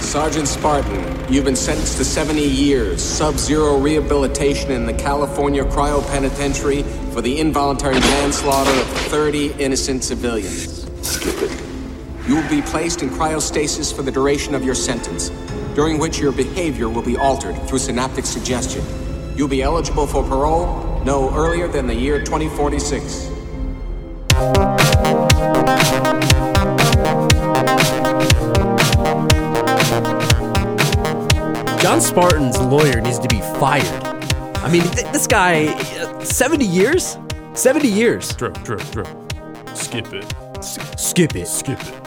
Sergeant Spartan, you've been sentenced to 70 years sub zero rehabilitation in the California Cryo Penitentiary for the involuntary manslaughter of 30 innocent civilians. Skip it. You will be placed in cryostasis for the duration of your sentence, during which your behavior will be altered through synaptic suggestion. You'll be eligible for parole no earlier than the year 2046. John Spartan's lawyer needs to be fired. I mean, th- this guy, uh, 70 years? 70 years. Drew, Drew, Drew. Skip it. Skip it. Skip it.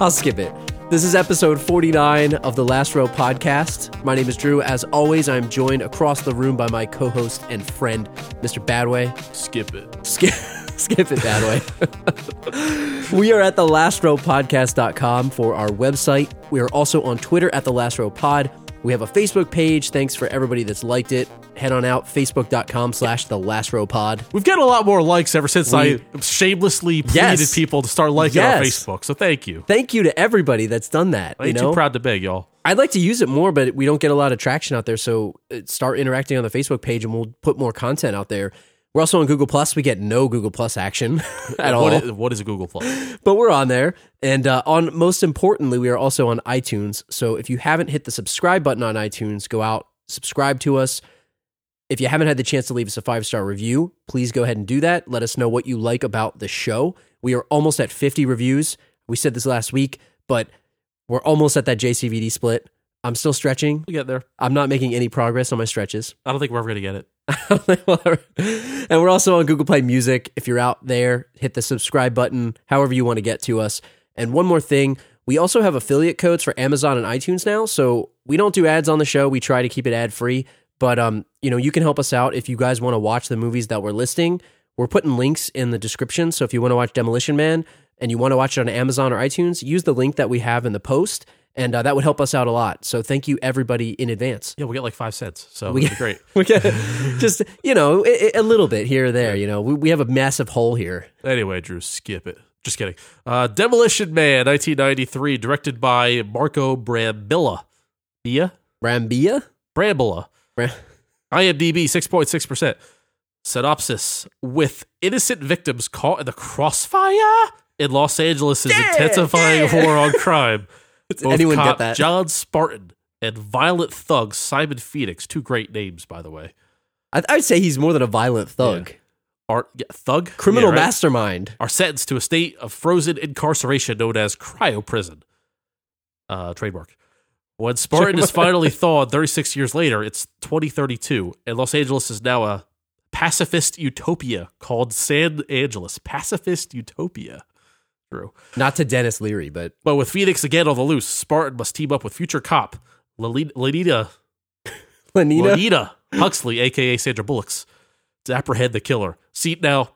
I'll skip it. This is episode 49 of the Last Row podcast. My name is Drew. As always, I'm joined across the room by my co host and friend, Mr. Badway. Skip it. Skip, skip it that way. we are at the lastrowpodcast.com for our website. We are also on Twitter at the last row pod. We have a Facebook page. Thanks for everybody that's liked it. Head on out, facebook.com slash the last row pod. We've gotten a lot more likes ever since I shamelessly pleaded Yes. people to start liking Yes. our Facebook. So thank you. Thank you to everybody that's done that. I you ain't know? too proud to beg, y'all. I'd like to use it more, but we don't get a lot of traction out there. So uh, start interacting on the Facebook page, and we'll put more content out there. We're also on Google Plus. We get no Google Plus action at all, What is, what is a Google Plus? but we're on there. And uh, on most importantly, we are also on iTunes. So if you haven't hit the subscribe button on iTunes, go out subscribe to us. If you haven't had the chance to leave us a five star review, please go ahead and do that. Let us know what you like about the show. We are almost at 50 reviews. We said this last week, but we're almost at that JCVD split. I'm still stretching. We'll get there. I'm not making any progress on my stretches. I don't think we're ever going to get it. and we're also on Google Play Music. If you're out there, hit the subscribe button, however you want to get to us. And one more thing, we also have affiliate codes for Amazon and iTunes now. So we don't do ads on the show. We try to keep it ad free. But um, you know, you can help us out if you guys want to watch the movies that we're listing. We're putting links in the description. So if you want to watch Demolition Man and you want to watch it on Amazon or iTunes, use the link that we have in the post. And uh, that would help us out a lot. So thank you, everybody, in advance Yeah, we get like five cents. So we it'd be great. we get just you know a, a little bit here or there. You know, we, we have a massive hole here. Anyway, Drew, skip it. Just kidding. Uh, Demolition Man, 1993, directed by Marco Brambilla. Bia? Rambia, Brambilla. Ra- IMDb 6.6%. Synopsis With innocent victims caught in the crossfire in Los Angeles' intensifying war on crime. Both anyone get cop that? John Spartan and violent thug Simon Phoenix, two great names, by the way. I, I'd say he's more than a violent thug, Are, yeah, thug? criminal Yeah, right? mastermind. Are sentenced to a state of frozen incarceration known as cryo prison. Uh, trademark. When Spartan is finally thawed 36 years later, it's 2032, and Los Angeles is now a pacifist utopia called San Angeles. Pacifist utopia. True. Not to Dennis Leary, but But with Phoenix again on the loose, Spartan must team up with future cop Lali- Lanita, Lenina. Lanita Huxley, aka Sandra Bullocks, to apprehend the killer. See now,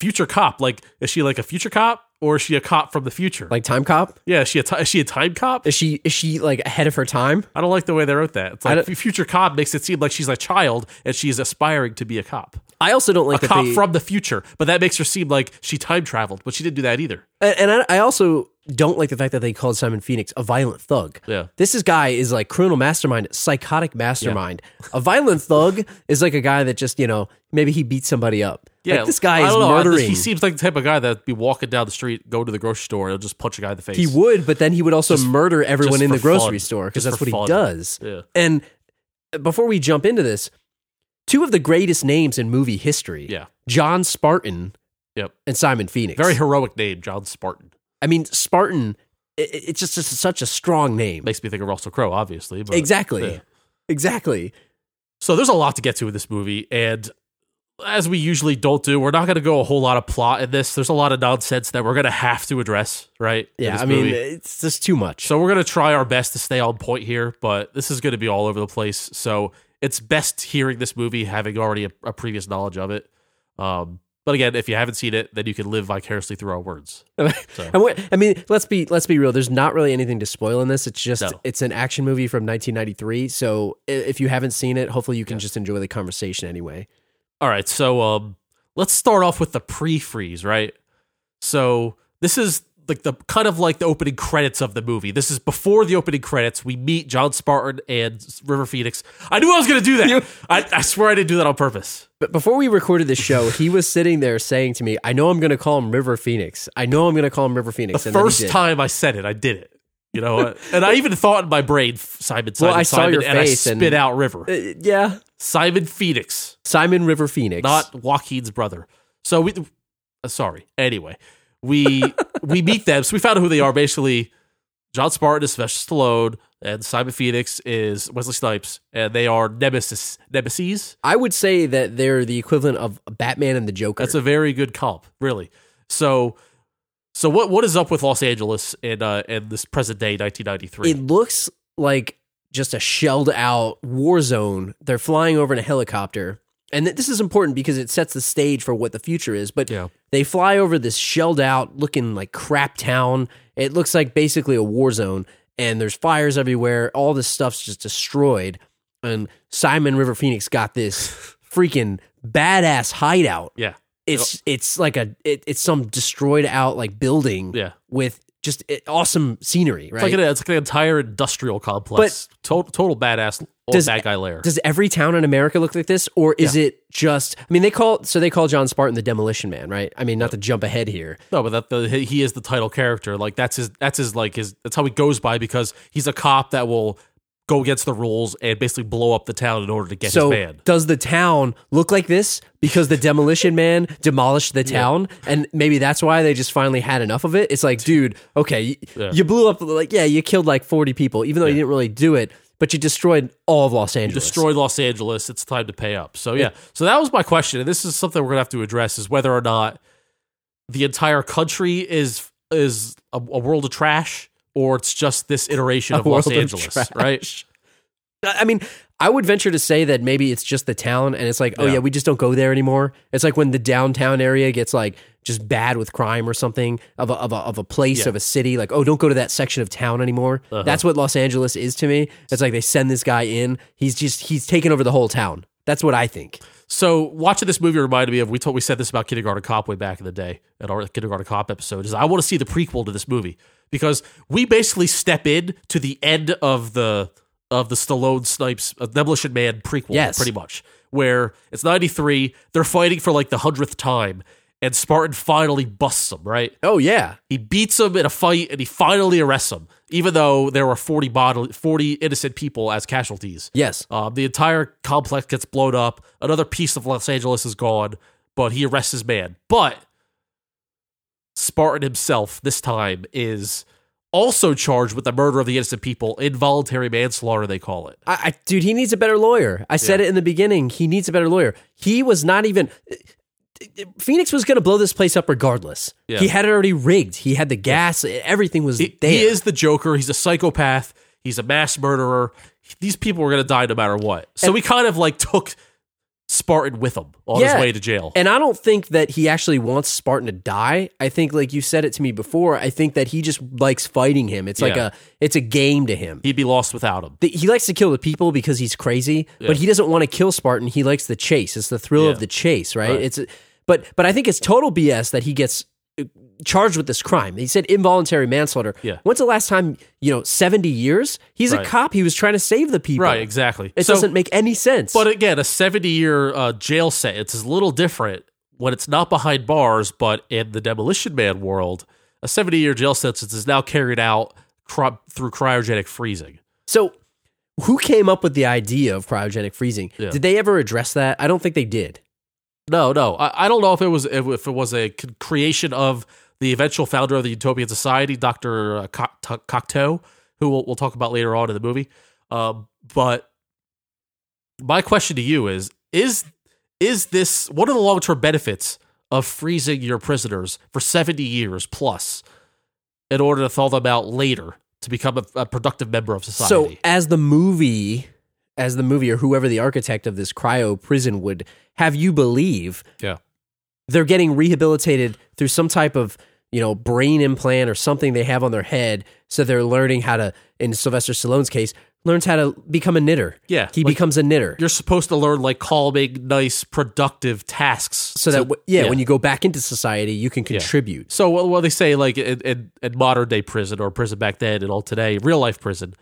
future cop. Like, is she like a future cop, or is she a cop from the future? Like time cop, yeah, is she a ti- is she a time cop? is she is she like ahead of her time? I don't like the way they wrote that. It's I like don't- future cop makes it seem like she's a child and she's aspiring to be a cop, I also don't like a that cop they- from the future. But that makes her seem like she time traveled, but she didn't do that either. and, and I, I also don't like the fact that they called Simon Phoenix a violent thug. Yeah. this is guy is like criminal mastermind, psychotic mastermind. A violent thug is like a guy that just you know maybe he beat somebody up. Yeah, like, this guy I is don't know, I- murdering. He seems like the type of guy that'd be walking down the street, go to the grocery store, and just punch a guy in the face. He would, but then he would also murder everyone just in for the grocery fun. store because Just that's for what fun. he does. Yeah. And uh, before we jump into this, two of the greatest names in movie history, Yeah. John Spartan Yep. and Simon Phoenix. Very heroic name, John Spartan. I mean, Spartan, i- i it's just it's such a strong name. Makes me think of Russell Crowe, obviously. But, exactly. yeah. Exactly. So there's a lot to get to in this movie, and as we usually don't do, we're not going to go a whole lot of plot in this. There's a lot of nonsense that we're going to have to address, right? in Yeah, this I mean, movie. it's just too much. So we're going to try our best to stay on point here, but this is going to be all over the place. So it's best hearing this movie having already a, a previous knowledge of it. Um, but again, if you haven't seen it, then you can live vicariously through our words. And what- I mean, let's be let's be real. There's not really anything to spoil in this. It's just No. it's an action movie from 1993. So i- if you haven't seen it, hopefully you can just enjoy the conversation anyway. All right, so um, let's start off with the pre-freeze, right? So this is like the kind of like the opening credits of the movie. This is before the opening credits. We meet John Spartan and River Phoenix. I knew I was going to do that. I, I swear I didn't do that on purpose. But before we recorded the show, he was sitting there saying to me, "I know I'm going to call him River Phoenix. I know I'm going to call him River Phoenix." The and then he first did. time I said it, I did it. You know, uh, and I even thought in my brain, Simon, Simon, Well, I saw Simon, your and I face spit and- out River, Uh, yeah, Simon Phoenix. Simon River Phoenix. not Joaquin's brother. So we, uh, sorry. Anyway, we we meet them. So we found out who they are. Basically, John Spartan is Sylvester Stallone, and Simon Phoenix is Wesley Snipes, and they are nemesis nemesis. I would say that they're the equivalent of Batman and the Joker. That's a very good comp, really. So, so what what is up with Los Angeles in uh, in this present day 1993? it looks like just a shelled out war zone. They're flying over in a helicopter. And th- this is important because it sets the stage for what the future is. But Yeah. they fly over this shelled out looking like crap town. It looks like basically a war zone. And there's fires everywhere. All this stuff's just destroyed. And Simon River Phoenix got this freaking badass hideout. yeah, It's it's like a it, it's some destroyed out like building yeah. with just eh, awesome scenery, right? It's like, an, it's like an entire industrial complex. total, total badass old Does- bad guy lair. Does every town in America look like this, or is it just? I mean, they call so they call John Spartan the Demolition Man, right? I mean, not to jump ahead here. No, but that the, he he is the title character. Like that's his. That's his. Like his. That's how he goes by because he's a cop that will go against the rules and basically blow up the town in order to get So his man. does the town look like this because the Demolition Man demolished the town, and maybe that's why they just finally had enough of it? It's like, dude, okay, you, Yeah. you blew up like yeah, you killed like forty people, even though you didn't really do it, but you destroyed all of Los Angeles. Destroy Los Angeles. It's time to pay up. So yeah. So that was my question, and this is something we're gonna have to address: is whether or not the entire country is is a, a world of trash, or it's just this iteration A of Los world of Angeles, trash. right? I I mean, I would venture to say that maybe it's just the town, and it's like, oh Yeah. yeah. we just don't go there anymore. It's like when the downtown area gets like just bad with crime or something of a of a, of a place Yeah. Uh-huh. of a city. Like, oh, don't go to that section of town anymore. That's what Los Angeles is to me. It's like they send this guy in. He's just he's taking over the whole town. That's what I think. So watching this movie reminded me of we told we said this about Kindergarten Cop way back in the day at our Kindergarten Cop episode is I want to see the prequel to this movie because we basically step in to the end of the of the Stallone Snipes uh, Demolition Man prequel Yes. pretty much where it's 93 they're fighting for like the 100th time and Spartan finally busts them right Oh yeah, he beats him in a fight and he finally arrests him even though there were 40 bodily 40 innocent people as casualties yes. um, the entire complex gets blown up. Another piece of Los Angeles is gone, but he arrests his man. But Spartan himself, this time, is also charged with the murder of the innocent people, involuntary manslaughter, they call it. I, I dude, he needs a better lawyer. I said it in the beginning. He needs a better lawyer. He was not even. Phoenix was going to blow this place up regardless. Yeah. He had it already rigged. He had the gas. Everything was He, there. he is the Joker. He's a psychopath. He's a mass murderer. These people were going to die no matter what. So we kind of like took Spartan with him on Yeah. his way to jail. And I don't think that he actually wants Spartan to die. I think, like you said it to me before, I think that he just likes fighting him. It's like Yeah. a it's a game to him. He'd be lost without him. The- He likes to kill the people because he's crazy, but he doesn't want to kill Spartan. He likes the chase. It's the thrill Yeah. of the chase, right? It's but but I think it's total BS that he gets uh, charged with this crime. He said involuntary manslaughter. Yeah. When's the last time you know seventy years? He's Right. a cop. He was trying to save the people. Right, exactly. It So- doesn't make any sense. But again, a 70 year uh, jail sentence is a little different when it's not behind bars, but in the Demolition Man world, a 70 year jail sentence is now carried out cry- through cryogenic freezing. So, who came up with the idea of cryogenic freezing? Yeah. Did they ever address that? I don't think they did. No, no, I, I don't know if it was if, if it was a c- creation of the eventual founder of the Utopian Society, Doctor uh, Co- To- Cocteau, who we'll, we'll talk about later on in the movie. Um, but my question to you is: is is this what are the long term benefits of freezing your prisoners for seventy years plus in order to thaw them out later to become a, a productive member of So, society? as the movie, as the movie or whoever the architect of this cryo prison would have you believe, yeah, they're getting rehabilitated through some type of you know brain implant or something they have on their head so they're learning how to in sylvester stallone's case learns how to become a knitter. Yeah, He like- becomes a knitter. You're supposed to learn like calming, nice, productive tasks. So that, w- yeah, when you go back into society, you can contribute. So well, well, they say like in, in, in modern day prison or prison back then and all today, real life prison.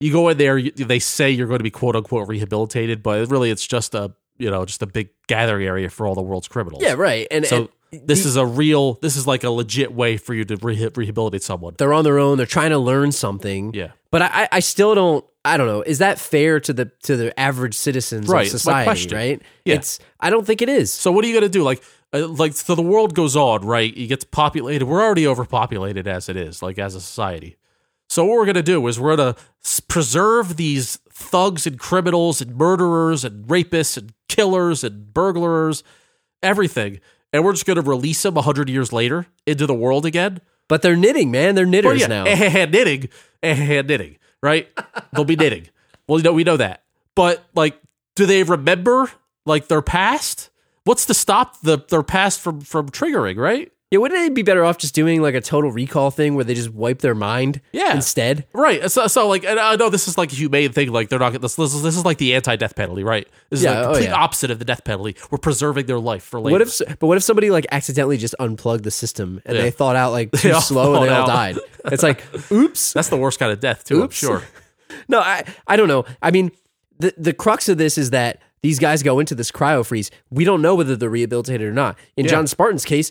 You go in there, you, they say you're going to be quote unquote rehabilitated, but really it's just a you know just a big gathering area for all the world's criminals. Yeah, right. And, So and this the- is a real, this is like a legit way for you to reha- rehabilitate someone. they're on their own. They're trying to learn something. Yeah. But I, I- I still don't. I don't know. Is that fair to the to the average citizens Right, of it's my society? question. Right. Yeah. It's. I don't think it is. So what are you going to do? Like, uh, like so the world goes on, right? You get populated. We're already overpopulated as it is, like as a society. So what we're going to do is we're going to s- preserve these thugs and criminals and murderers and rapists and killers and burglars, everything, and we're just going to release them hundred years later into the world again. But they're knitting, man. They're But knitters yeah, now. eh, knitting, eh, knitting, right? They'll be knitting. Well, you know, we know that. But like, do they remember like their past? What's to stop the their past from from triggering? Right? yeah. Wouldn't they be better off just doing like a total recall thing where they just wipe their mind? Yeah. Instead. Right. So, so like, and I know this is like a humane thing. Like, they're not. This this is, this is like the anti death penalty, right? This is Yeah, like the oh, complete yeah. opposite of the death penalty. We're preserving their life for later. What if? s- But what if somebody like accidentally just unplugged the system and Yeah. they thought out like too all slow and they thought all out. died? It's like, oops. that's the worst kind of death too? I'm Oops. sure. No, I I don't know. I mean, the the crux of this is that these guys go into this cryo freeze. We don't know whether they're rehabilitated or not. In John Spartan's case,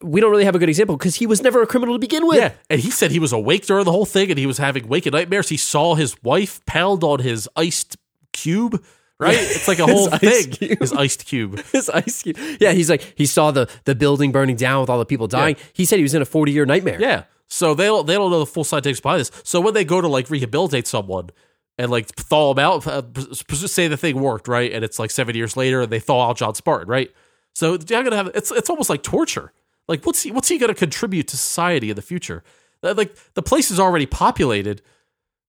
we don't really have a good example because he was never a criminal to begin with. Yeah, and he said he was awake during the whole thing, and he was having waking nightmares. He saw his wife pound on his iced cube. Right, it's like a whole ice thing. cube. His iced cube. His ice cube. Yeah, he's like he saw the the building burning down with all the people dying. He said he was in a forty year nightmare. Yeah, so they don't they don't know the full science behind this. So when they go to like rehabilitate someone and like thaw them out, uh, pres- pres- say the thing worked, right? And it's like seven years later, and they thaw out John Spartan, right? So they're gonna have it's it's almost like torture. Like what's he what's he gonna contribute to society in the future? Uh, Like the place is already populated.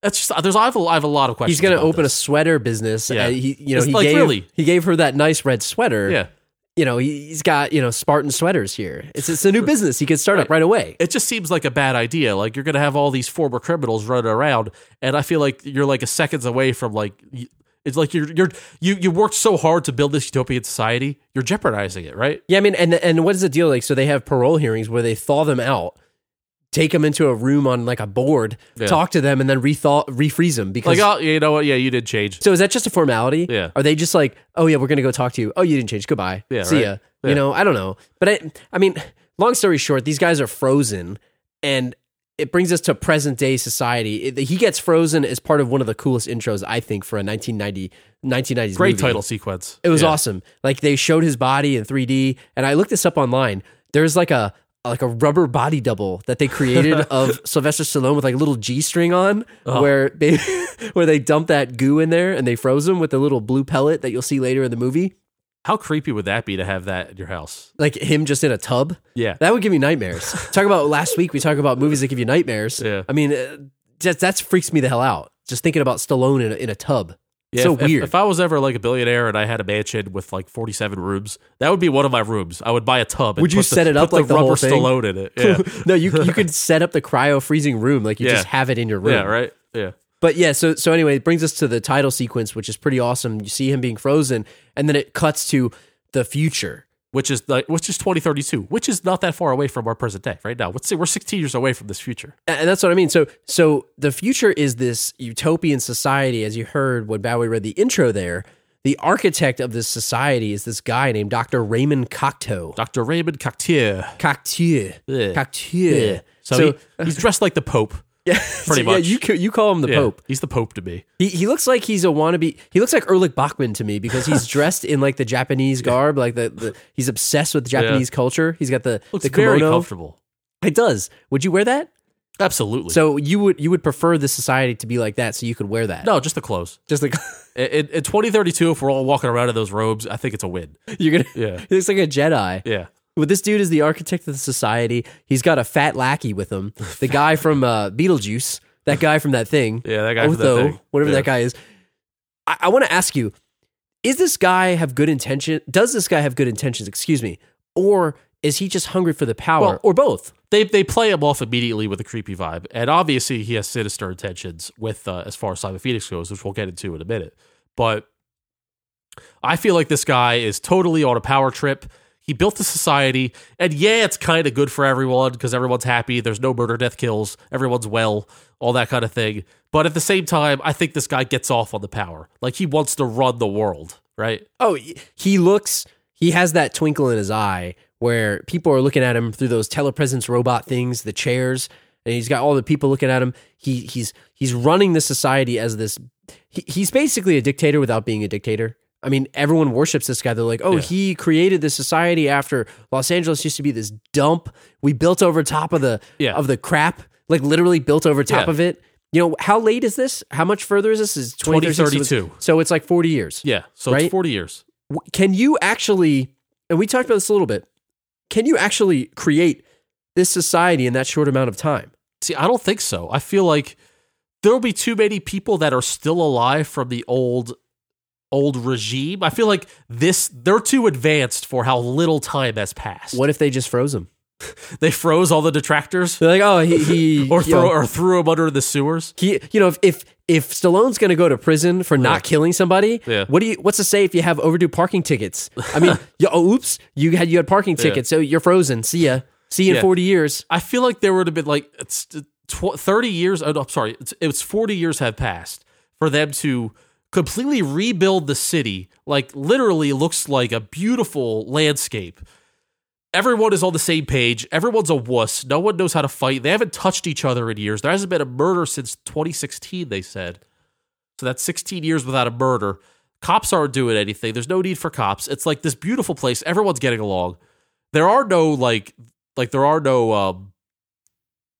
That's just there's I have a, I have a lot of questions. He's going to about open this. a sweater business. Yeah. Uh, he, you know, It's he like, gave really? he gave her that nice red sweater. Yeah. you know, he, he's got you know Spartan sweaters here. It's it's a new business he could start up right away. It just seems like a bad idea. Like you're going to have all these former criminals running around and I feel like you're like a seconds away from like y- it's like you're you're you you worked so hard to build this utopian society. You're jeopardizing it, right? Yeah, I mean, and and what is the deal? Like, so they have parole hearings where they thaw them out, take them into a room on like a board, Yeah. talk to them, and then rethaw, refreeze them. Because Like oh, you know what? Yeah, you did change. so is that just a formality? Yeah. Are they just like, oh yeah, we're gonna go talk to you. Oh, you didn't change. Goodbye. Yeah, See right. ya. Yeah. You know, I don't know, but I, I mean, long story short, these guys are frozen, and it brings us to present day society. It- he gets frozen as part of one of the coolest intros I think for a 1990 1990s Great movie. title sequence. It was Yeah. awesome. Like they showed his body in 3D, and I looked this up online. There's like a like a rubber body double that they created of Sylvester Stallone with like a little G string on, Uh-huh. where they where they dumped that goo in there and they froze him with a little blue pellet that you'll see later in the movie. How creepy would that be to have that in your house? Like him just in a tub. Yeah. That would give me nightmares. talk about last week. We talk about movies that give you nightmares. Yeah. I mean, uh, that that's freaks me the hell out. Just thinking about Stallone in a, in a tub. Yeah, so if, if- weird. If, I was ever like a billionaire and I had a mansion with like 47 rooms, that would be one of my rooms. I would buy a tub. And Would you put the- set it up put like the the whole rubber thing? Stallone in it? Yeah. no, you you could set up the cryo freezing room like you Yeah. just have it in your room. yeah. Right. Yeah. But yeah, so so anyway, it brings us to the title sequence, which is pretty awesome. You see him being frozen, and then it cuts to the future. which is like which is 2032, which is not that far away from our present day right now. Let's say we're 16 years away from this future. A- And that's what I mean. So so the future is this utopian society, as you heard when Bowie read the intro there. The architect of this society is this guy named Dr. Raymond Cocteau. Dr. Raymond Cocteau. Cocteau. Yeah. Cocteau. So, he- he's dressed like the Pope. yeah, pretty so, yeah, much. you ca- you call him the Yeah, Pope. He's the Pope to me. He, he looks like he's a wannabe. He looks like Erlich Bachman to me because he's dressed in like the Japanese garb, like the, the he's obsessed with Japanese culture. He's got the Looks the very kimono. comfortable. It does. Would you wear that? Absolutely. So you would you would prefer the society to be like that, so you could wear that. no, just the clothes. just like In, in- in 2032, if we're all walking around in those robes, I think it's a win. you're gonna. Yeah. He looks like a Jedi. Yeah. Well, this dude is the architect of the society. He's got a fat lackey with him. The guy from uh, Beetlejuice. That guy from that thing. Yeah, that guy from that Otho, thing. whatever Yeah. that guy is. I, I want to ask you: Is this guy have good intention? Does this guy have good intentions? Excuse me, or Is he just hungry for the power Well- or both? They they play him off immediately with a creepy vibe, and obviously he has sinister intentions with uh, as far as Simon Phoenix goes, which we'll get into in a minute. But I feel like this guy is totally on a power trip. He built a society, and yeah, it's kind of good for everyone because everyone's happy. There's no murder, death, kills. Everyone's well, all that kind of thing. But at the same time, I think this guy gets off on the power. Like he wants to run the world, right? Oh, y- he looks, he has that twinkle in his eye where people are looking at him through those telepresence robot things, the chairs, and he's got all the people looking at him. He he's he's running the society as this he, he's basically a dictator without being a dictator. I mean, everyone worships this guy. They're like, "Oh, Yeah. he created this society after Los Angeles used to be this dump. We built over top of the Yeah. of the crap, like literally built over top Yeah. of it." You know, how late is this? How much further is this? Is 2032. So it's like 40 years Yeah. So Right? it's forty years. w- can you actually and we talked about this a little bit can you actually create this society in that short amount of time See, I don't think so. I feel like there'll be too many people that are still alive from the old old regime. I feel like this they're too advanced for how little time has passed. what if they just froze him They froze all the detractors they're like oh he, he or you throw know, or threw them under the sewers. he you know if if, if stallone's going to go to prison for not Yeah. killing somebody Yeah. what do you what's to say if you have overdue parking tickets i mean you, oh, oops you had you had parking Yeah. tickets so you're frozen see ya see you in Yeah. 40 years I feel like there would have been like it's tw- 30 years oh, no, I'm sorry, it's, it's 40 years have passed for them to completely rebuild the city. Like literally looks like a beautiful landscape. Everyone is on the same page. Everyone's a wuss. No one knows how to fight. They haven't touched each other in years. There hasn't been a murder since 2016, they said. So that's 16 years without a murder. Cops aren't doing anything. There's no need for cops. It's like this beautiful place. Everyone's getting along. There are no like like there are no um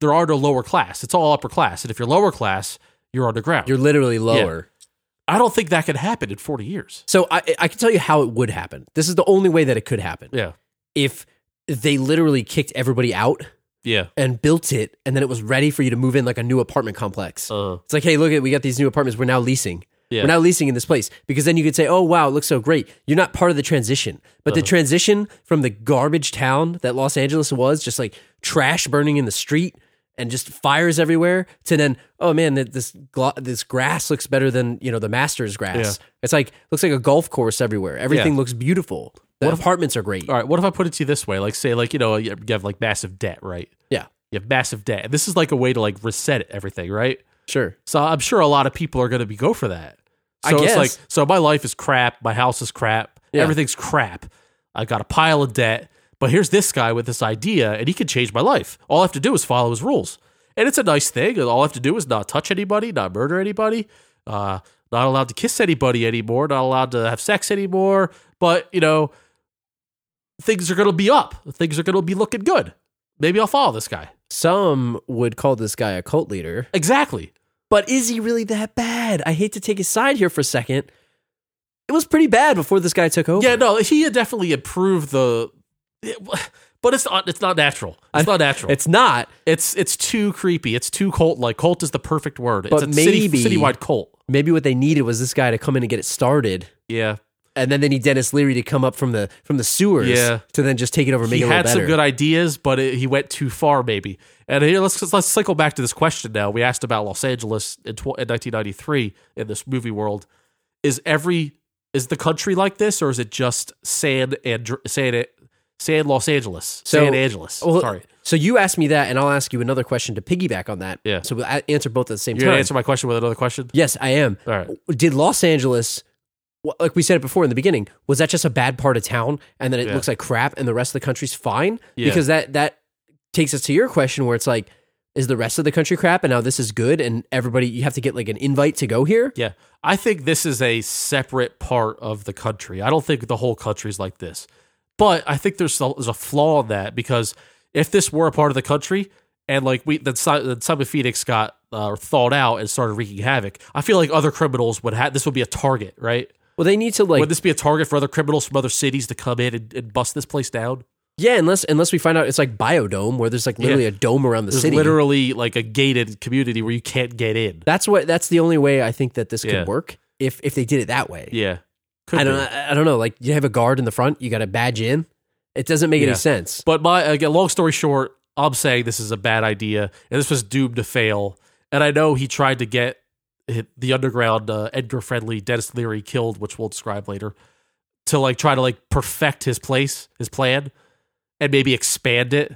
there are no lower class. It's all upper class. And if you're lower class, you're underground. you're literally lower I don't think that could happen in 40 years. so I, I can tell you how it would happen this is the only way that it could happen Yeah. if they literally kicked everybody out Yeah. and built it, and then it was ready for you to move in like a new apartment complex. Uh, it's like, hey, look at we got these new apartments. We're now leasing. Yeah. We're now leasing in this place because then you could say, oh wow, it looks so great. You're not part of the transition, but Uh-huh. the transition from the garbage town that Los Angeles was, just like trash burning in the street and just fires everywhere, to then, oh man, th- this glo- this grass looks better than you know the master's grass. It's like looks like a golf course everywhere. Everything looks beautiful. The apartments are great. all right. What if I put it to you this way? Like, say, like, you know, you have like massive debt, right? Yeah, You have massive debt. And this is like a way to like reset everything, right? sure. So I'm sure a lot of people are going to be go for that. I So guess. it's like, so my life is crap. My house is crap. Yeah. Everything's crap. I got a pile of debt. But here's this guy with this idea, and he can change my life. All I have to do is follow his rules. And it's a nice thing. And all I have to do is not touch anybody, not murder anybody, uh, not allowed to kiss anybody anymore, not allowed to have sex anymore. But, you know, things are going to be up. Things are going to be looking good. Maybe I'll follow this guy. Some would call this guy a cult leader. Exactly. But is he really that bad? I hate to take his side here for a second. It was pretty bad before this guy took over. Yeah, no, he had definitely improved the, but it's not. It's not natural. It's not natural. It's It's not. it's it's too creepy. It's too cult. Like cult is the perfect word. But it's a city, maybe- citywide cult. Maybe what they needed was this guy to come in and get it started. Yeah, And then they need Dennis Leary to come up from the from the sewers Yeah. to then just take it over and make he it a little had better. some good ideas, but it, he went too far, maybe. And here, let's let's cycle back to this question. Now we asked about Los Angeles in, tw- in 1993 in this movie world. Is every is the country like this, or is it just San and San San Los Angeles? So- San Angeles. Well, Sorry, So you asked me that, and I'll ask you another question to piggyback on that. Yeah. So we'll a- answer both at the same you're time. gonna answer my question with another question. yes, I am. All right. Did Los Angeles, wh- like we said it before in the beginning, was that just a bad part of town, and then it Yeah. looks like crap, and the rest of the country's fine? Yeah. Because that that takes us to your question, where it's like, is the rest of the country crap, and now this is good, and everybody you have to get like an invite to go here? Yeah. I think this is a separate part of the country. I don't think the whole country's like this. But I think there's a, there's a flaw in that because if this were a part of the country and like we then, Si- then Simon Phoenix got uh, thawed out and started wreaking havoc, I feel like other criminals would have this would be a target, right? Well, they need to like, would this be a target for other criminals from other cities to come in and, and bust this place down? yeah, unless unless we find out it's like biodome, where there's like literally a dome around the There's city. literally like a gated community where you can't get in. that's what that's the only way I think that this could Yeah. work if if they did it that way. Yeah. Could I don't be. I, I don't know. Like you have a guard in the front, you got to badge in, It doesn't make Yeah. any sense. But my again, long story short, I'm saying this is a bad idea, and this was doomed to fail. And I know he tried to get hi- the underground uh, Edgar Friendly, Dennis Leary killed, which we'll describe later, to like try to like perfect his place, his plan, and maybe expand it.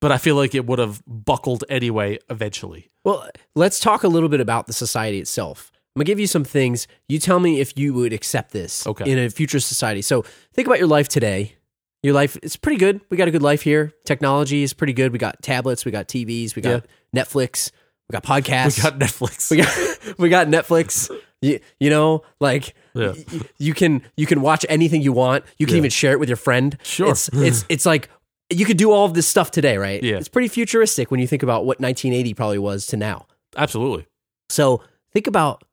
But I feel like it would have buckled anyway eventually. Well, let's talk a little bit about the society itself. I'm gonna give you some things. You tell me if you would accept this Okay. in a future society. So think about your life today. Your life it's pretty good. We got a good life here. Technology is pretty good. We got tablets, we got TVs, we got Netflix, we got podcasts. We got Netflix. we got we got Netflix. You, you know, like Yeah. y- y- you can you can watch anything you want. You can Yeah. even share it with your friend. Sure. it's it's it's like you could do all of this stuff today, right? Yeah. it's pretty futuristic when you think about what 1980 probably was to now. Absolutely. So think about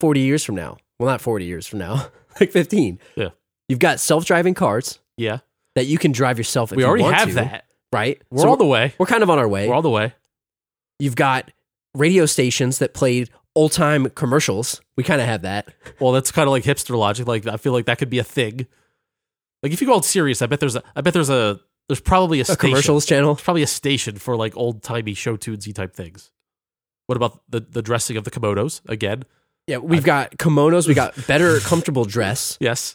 40 years from now. Well, not 40 years from now, like 15. Yeah. you've got self driving cars Yeah. that you can drive yourself. If we you already want have to, that. right? We're So on the way. we're kind of on our way. We're on the way. You've got radio stations that played old time commercials. We kind of have that. Well, that's kind of like hipster logic. Like I feel like that could be a thing. Like if you go out serious, I bet there's a I bet there's a there's probably a, a station. commercials channel. There's probably a station for like old timey show tunesy type things. What about the the dressing of the komodos again? Yeah, we've got kimonos. We got better comfortable dress. Yes,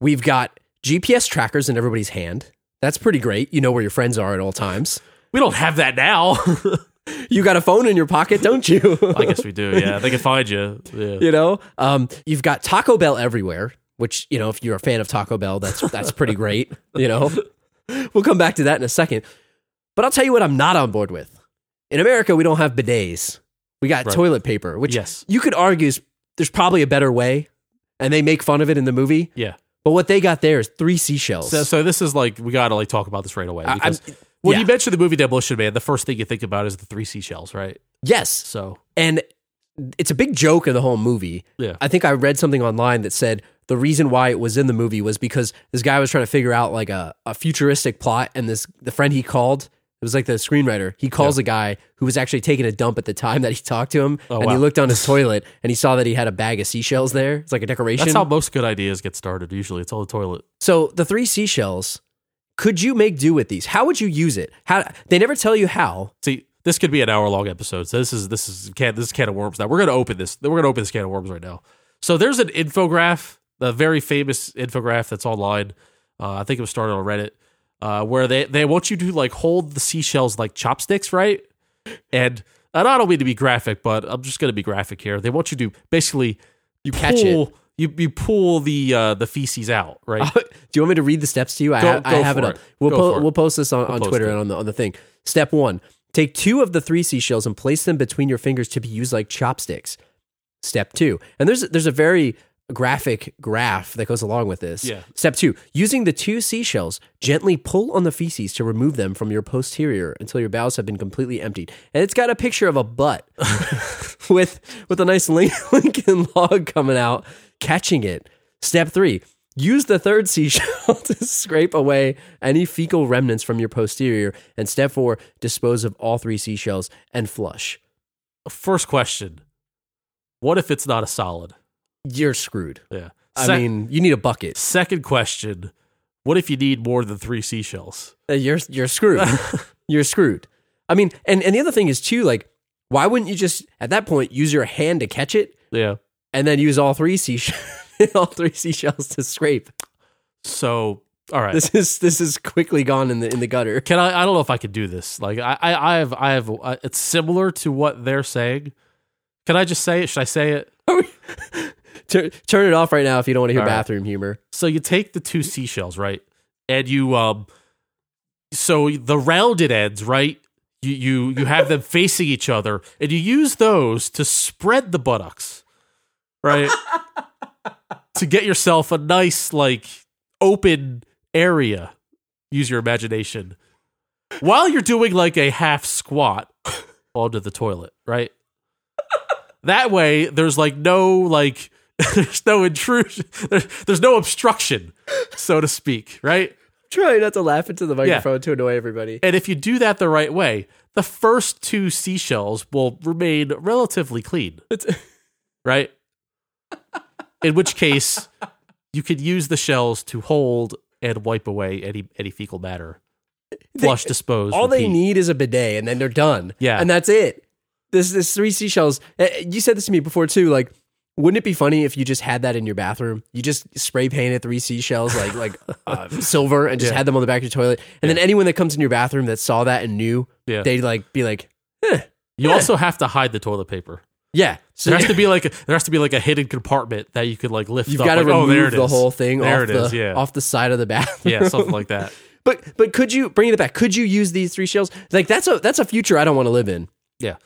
We've got GPS trackers in everybody's hand. That's pretty great. You know where your friends are at all times. we don't have that now. You got a phone in your pocket, don't you? I guess we do. Yeah, they can find you. Yeah. you know, um, you've got Taco Bell everywhere. Which you know, if you're a fan of Taco Bell, that's that's pretty great. You know, we'll come back to that in a second. But I'll tell you what, I'm not on board with. In America, we don't have bidets. We got Right. toilet paper, which Yes. you could argue is there's probably a better way, and they make fun of it in the movie. yeah. But what they got there is three seashells. So, so this is like we gotta like talk about this right away I- because I'm- when yeah. you mention the movie Demolition Man, the first thing you think about is the three seashells, right? yes, So and it's a big joke of the whole movie. Yeah. I think I read something online that said the reason why it was in the movie was because this guy was trying to figure out like a, a futuristic plot, and this the friend he called. It was like the screenwriter. He calls a guy who was actually taking a dump at the time that he talked to him, Oh, and he wow. looked on his toilet and he saw that he had a bag of seashells there. It's like a decoration. that's how most good ideas get started. Usually, it's on the toilet. So the three seashells, could you make do with these? How would you use it? How they never tell you how. See, this could be an hour long episode. So this is this is can this is can of worms. Now we're gonna open this. We're gonna open this can of worms right now. So there's an infograph, a very famous infograph that's online. Uh, I think it was started on Reddit, uh, where they they want you to like hold the seashells like chopsticks, right? And and I don't mean to be graphic, but I'm just gonna be graphic here. They want you to basically you Catch it. pull, You you pull the uh, the feces out, right? Do you want me to read the steps to you? I, Go- ha- I go have it for up. it. We'll Go po- for it. we'll post this on, on post Twitter it. and on the on the thing. Step one: take two of the three seashells and place them between your fingers to be used like chopsticks. Step two, and there's there's a very graphic graph that goes along with this. Yeah. Step two: using the two seashells, gently pull on the feces to remove them from your posterior until your bowels have been completely emptied. And it's got a picture of a butt with with a nice Lin- Lincoln log coming out, catching it. Step three: use the third seashell to scrape away any fecal remnants from your posterior. And step four: dispose of all three seashells and flush. First question: What if it's not a solid? You're screwed. Yeah. I Sec- mean, you need a bucket. Second question: What if you need more than three seashells? Uh, You're you're screwed. you're screwed. I mean, and and the other thing is too, like, why wouldn't you just at that point use your hand to catch it Yeah. and then use all three seashells, all three seashells to scrape? So, all right. This is this is quickly gone in the in the gutter. can I? I don't know if I could do this. Like, I, I, I have, I have. Uh, it's similar to what they're saying. Can I just say it? Should I say it? Tur- turn it off right now if you don't want to hear All right. bathroom humor. So you take the two seashells, right? And you, um, so the rounded ends, right? You, you, you have them facing each other, and you use those to spread the buttocks, right? to get yourself a nice, like, open area. Use your imagination while you're doing like a half squat onto the toilet, right? That way, there's like no like there's no intrusion, there's, there's no obstruction, so to speak, right? Try not to laugh into the microphone to annoy everybody. And if you do that the right way, the first two seashells will remain relatively clean, right? In which case, you could use the shells to hold and wipe away any any fecal matter. Flush, dispose. All they repeat. need is a bidet, and then they're done. Yeah. and that's it. This this three seashells. eh, eh, You said this to me before too. Like, wouldn't it be funny if you just had that in your bathroom? You just spray painted three seashells like like uh, silver, and just Yeah. had them on the back of your toilet. And then anyone that comes in your bathroom that saw that and knew, Yeah. they'd like be like, eh, You also have to hide the toilet paper. yeah. So There has to be like a, there has to be like a hidden compartment that you could like lift. you've up, got to like, oh, remove there it the is. whole thing There off it is. the Yeah, off the side of the bathroom. yeah, something like that. But but could you bring it back? Could you use these three shells? Like that's a that's a future I don't want to live in. Yeah,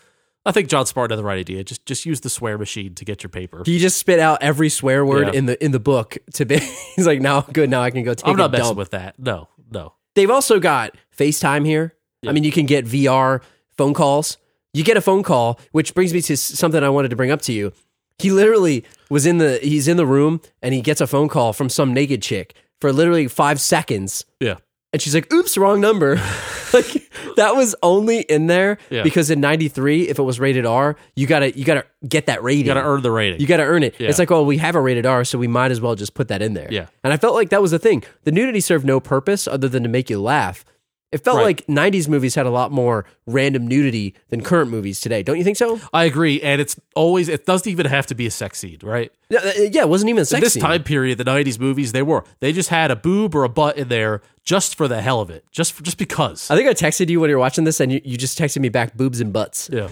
I think John Spartan had the right idea. Just just use the swear machine to get your paper. He just spit out every swear word Yeah. in the in the book to be. He's like, now good, now I can go take I'm a not messing dump. with that. No, no. They've also got FaceTime here. I mean, you can get VR phone calls. You get a phone call, which brings me to s- something I wanted to bring up to you. He literally was in the he's in the room and he gets a phone call from some naked chick for literally five seconds. Yeah, And she's like, oops, wrong number. like that was only in there Yeah. because in ninety-three, if it was rated R, you gotta you gotta get that rating. you got to earn the rating. You got to earn it. Yeah. It's like, oh, we have a rated R, so we might as well just put that in there. Yeah. And I felt like that was the thing. The nudity served no purpose other than to make you laugh. It felt Right. like 90s movies had a lot more random nudity than current movies today. Don't you think so? I agree, and it's always it doesn't even have to be a sex scene, right? Yeah, uh, yeah, it wasn't even a sex this scene. time period, the '90s movies, they were they just had a boob or a butt in there just for the hell of it, just for, just because. I think I texted you when you were watching this, and you, you just texted me back boobs and butts. yeah,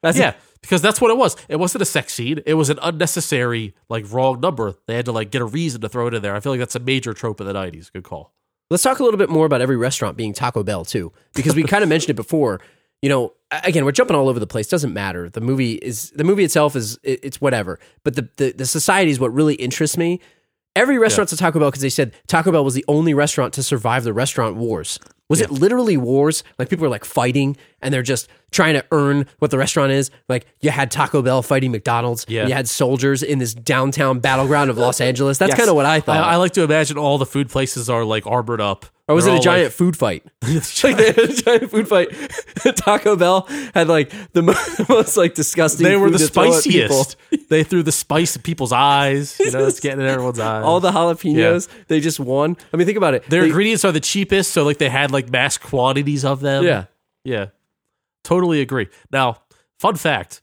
That's yeah, because that's what it was. It wasn't a sex scene. It was an unnecessary like wrong number. They had to like get a reason to throw it in there. I feel like that's a major trope of the '90s. Good call. Let's talk a little bit more about every restaurant being Taco Bell too, because we kind of mentioned it before. You know, a- again, we're jumping all over the place. Doesn't matter. The movie is the movie itself is it, it's whatever. But the, the the society is what really interests me. Every restaurant's a Taco Bell because they said Taco Bell was the only restaurant to survive the restaurant wars. Was it literally wars? Like people are like fighting and they're just trying to earn what the restaurant is. Like you had Taco Bell fighting McDonald's. Yeah. You had soldiers in this downtown battleground of Los Angeles. That's kind of what I thought. I, I like to imagine all the food places are like armored up. Or was They're it a all, giant food fight? like they had a giant food fight. Taco Bell had like the mo- most like disgusting. Like, they were food the to throw at people. spiciest. they threw the spice in people's eyes. You know, it's getting in everyone's eyes. All the jalapenos. They just won. I mean, think about it. Their They- ingredients are the cheapest, so like they had like mass quantities of them. yeah. Yeah. Totally agree. Now, fun fact.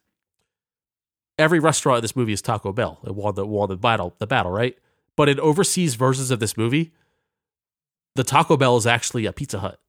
Every restaurant in this movie is Taco Bell. It won the won the battle the battle, right? But in overseas versions of this movie, the Taco Bell is actually a Pizza Hut.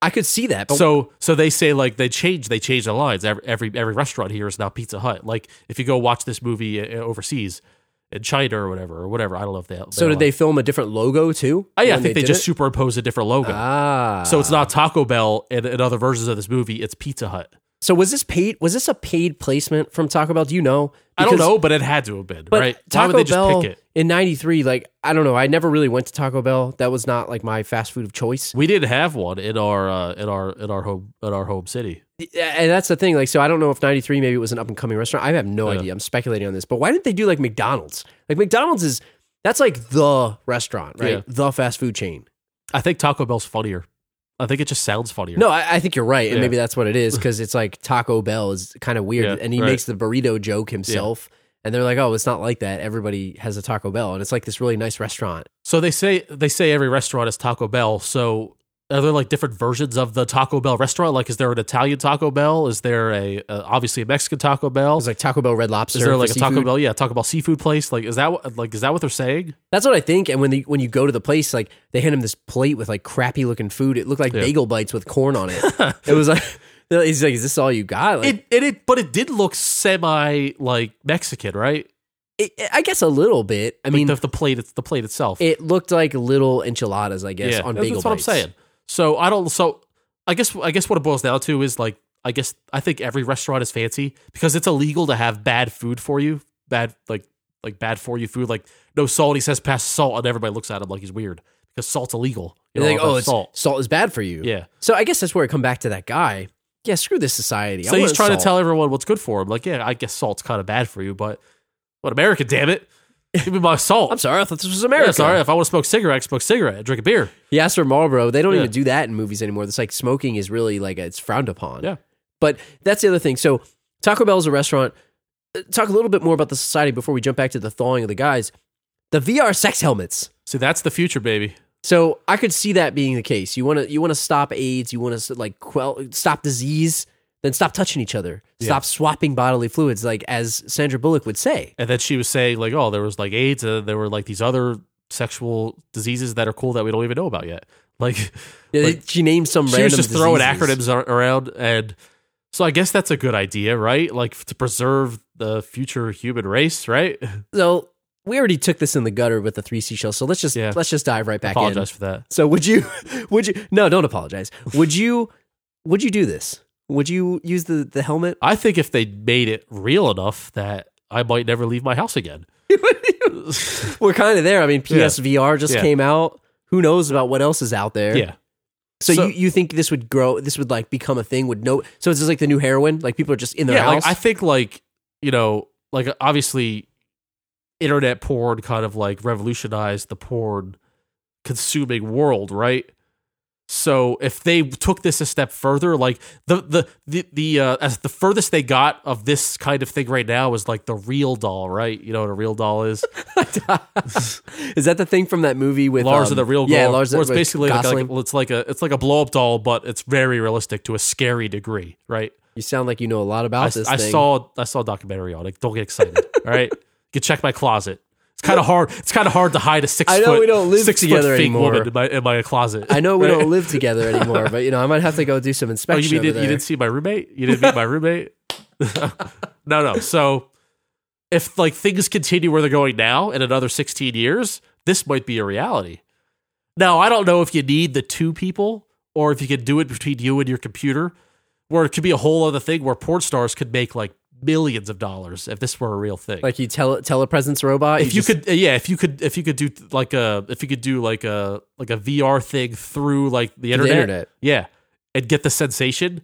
I could see that. But So so they say like they change they change the lines. Every every, every restaurant here is now Pizza Hut. Like if you go watch this movie uh, overseas in China or whatever or whatever, I don't know if they. so did they film a different logo too? Oh, yeah, I when think they, did just it? superimpose a different logo. ah. so it's not Taco Bell in, in other versions of this movie. It's Pizza Hut. So was this paid? Was this a paid placement from Taco Bell? Do you know? I don't Because- know, but it had to have been, But right? Taco Why would they just Bell pick it? in '93, like I don't know. I never really went to Taco Bell. That was not like my fast food of choice. We didn't have one in our uh, in our in our home in our home city. and that's the thing. Like, so I don't know if '93 maybe it was an up and coming restaurant. I have no Yeah. idea. I'm speculating on this, but why didn't they do like McDonald's? Like McDonald's is that's like the restaurant, right? Yeah. The fast food chain. I think Taco Bell's funnier. I think it just sounds funnier. No, I, I think you're right, and Yeah. maybe that's what it is because it's like Taco Bell is kind of weird, Yeah, and he right. makes the burrito joke himself. And they're like, oh, it's not like that. Everybody has a Taco Bell, and it's like this really nice restaurant. So they say they say every restaurant is Taco Bell. So are there like different versions of the Taco Bell restaurant? Like, is there an Italian Taco Bell? Is there a uh, obviously a Mexican Taco Bell? It's like Taco Bell Red Lobster. Is there for like a Taco seafood. Bell? Yeah, Taco Bell seafood place. Like, is that what like is that what they're saying? That's what I think. And when the, when you go to the place, like they hand him this plate with like crappy looking food. It looked like bagel bites with corn on it. it was like he's like, "Is this all you got?" Like, It it, it but it did look semi like Mexican, right? it- it- I guess a little bit. I mean, the, the plate it's the plate itself. it looked like little enchiladas, I guess, on that's, bagel that's what bites. I'm saying. So I don't. So I guess I guess what it boils down to is like I guess I think every restaurant is fancy because it's illegal to have bad food for you, bad like like bad for you food. Like no salt. He says pass salt, and everybody looks at him like he's weird because salt's illegal. You They're don't like, have "Oh, it's, salt. salt. is bad for you." Yeah. So I guess that's where I come back to that guy. Yeah, screw this society. I So he's want trying salt. to tell everyone what's good for him. Like yeah, I guess salt's kind of bad for you, but what America? Damn it, give me my salt. I'm sorry, I thought this was Yeah, America. sorry. If I want to smoke cigarette, I can smoke cigarette. and drink a beer. He asked for Marlboro. They don't Yeah. even do that in movies anymore. It's like smoking is really like it's frowned upon. Yeah. But that's the other thing. So Taco Bell is a restaurant. Uh, Talk a little bit more about the society before we jump back to the thawing of the guys. The VR sex helmets. See, that's the future, baby. So I could see that being the case. You want to you want to stop AIDS. You want to like quell stop disease. Then stop touching each other. Stop swapping bodily fluids, like as Sandra Bullock would say. And then she was saying like, oh, there was like AIDS, and there were like these other sexual diseases that are cool that we don't even know about yet. Like Yeah, Like, she named some she random. was just throwing diseases. acronyms ar- around, and so I guess that's a good idea, right? Like to preserve the future human race, right? So we already took this in the gutter with the three seashells. So let's just Yeah. let's just dive right back Apologize in. for that. So would you would you no don't apologize. Would you would you do this? Would you use the the helmet? I think if they made it real enough that I might never leave my house again. We're kind of there. I mean, PSVR just Yeah. came out. Who knows about what else is out there? Yeah. So, So- you, you think this would grow? This would like become a thing? Would no? So it's just like the new heroin. Like people are just in their yeah, house. like I think like you know, like obviously, internet porn kind of like revolutionized the porn consuming world, right? So if they took this a step further, like the the the the uh, as the furthest they got of this kind of thing right now is like the real doll, right? You know what a real doll is? is that the thing from that movie with Lars um, and the real girl. Yeah, Lars. Or it's with basically like, like Gosling. well, it's like a it's like a blow up doll, but it's very realistic to a scary degree, right? you sound like you know a lot about I, this. I thing. saw I saw a documentary on it. Don't get excited. all right, you can check my closet. It's kind of hard. It's kind of hard to hide a six. I know foot, we don't live six foot together fake anymore. Woman in my in my closet. I know we Right? don't live together anymore, but you know I might have to go do some Oh, inspection. you mean over you didn't- you there. didn't see my roommate? You didn't meet my roommate? no, no. So if like things continue where they're going now in another 16 years, this might be a reality. Now, I don't know if you need the two people or if you can do it between you and your computer, where it could be a whole other thing where porn stars could make like millions of dollars if this were a real thing like you tele- telepresence robot. if you just- could uh, yeah if you could if you could do like a if you could do like a like a vr thing through like the internet, internet. yeah and get the sensation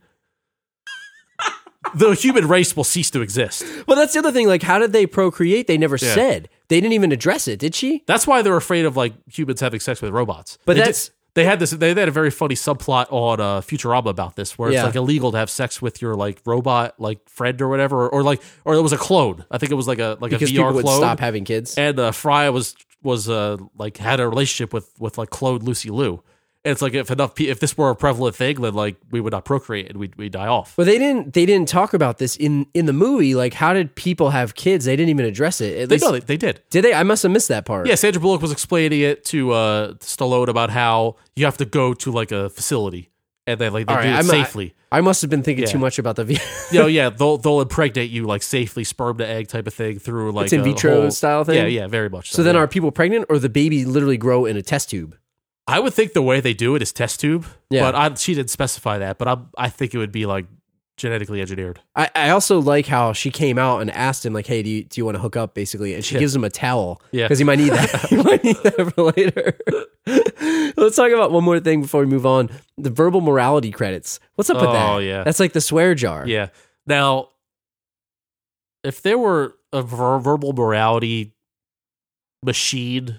the human race will cease to exist Well, that's the other thing. Like, how did they procreate? They never Yeah. said. They didn't even address it, did she? that's why they're afraid of like humans having sex with robots But They did- that's- they had this they, they had a very funny subplot on uh futurama about this where it's Yeah. like illegal to have sex with your like robot like friend or whatever or, or like or it was a clone i think it was like a like Because a vr people would clone stop having kids. and uh, Fry was was uh, like had a relationship with with like Claude Lucy Liu. And it's like if enough pe- if this were a prevalent thing, then like we would not procreate and we we die off. Well, they didn't. They didn't talk about this in in the movie. Like, how did people have kids? They didn't even address it. At they least, know they, they did. did they? I must have missed that part. Yeah, Sandra Bullock was explaining it to uh, Stallone about how you have to go to like a facility and then like they All do right, it I'm- safely. I must have been thinking Yeah. too much about the. V- you know, yeah, they'll they'll impregnate you like safely, sperm to egg type of thing through like It's in a vitro whole- style thing? Yeah, yeah, very much. so then, yeah. are people pregnant, or the baby literally grow in a test tube? I would think the way they do it is test tube. Yeah. but I, she didn't specify that. But I I think it would be like genetically engineered. I, I also like how she came out and asked him, like, "Hey, do you, do you want to hook up?" Basically, and she Yeah. gives him a towel Yeah. because he might need that. he might need that for later. Let's talk about one more thing before we move on: the verbal morality credits. What's up with that? Oh, yeah. that's like the swear jar. Yeah. Now, if there were a ver- verbal morality machine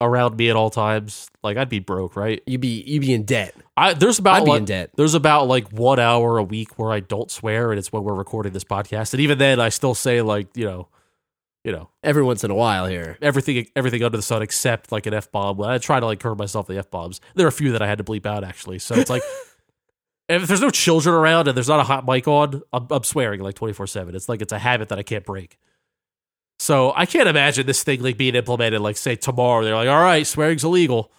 around me at all times, like I'd be broke, right? you'd be you'd be in debt. I there's I'd about be like, in debt. there's about like one hour a week where I don't swear, and it's when we're recording this podcast. And even then, I still say like you know, you know Every once in a while here. everything everything under the sun except like an f bomb. I try to like curb myself the f bombs. There are a few that I had to bleep out actually. So it's like. If there's no children around and there's not a hot mic on, I'm, I'm swearing like 24 7. It's like it's a habit that I can't break. So I can't imagine this thing like being implemented, like say tomorrow. They're like, all right, swearing's illegal.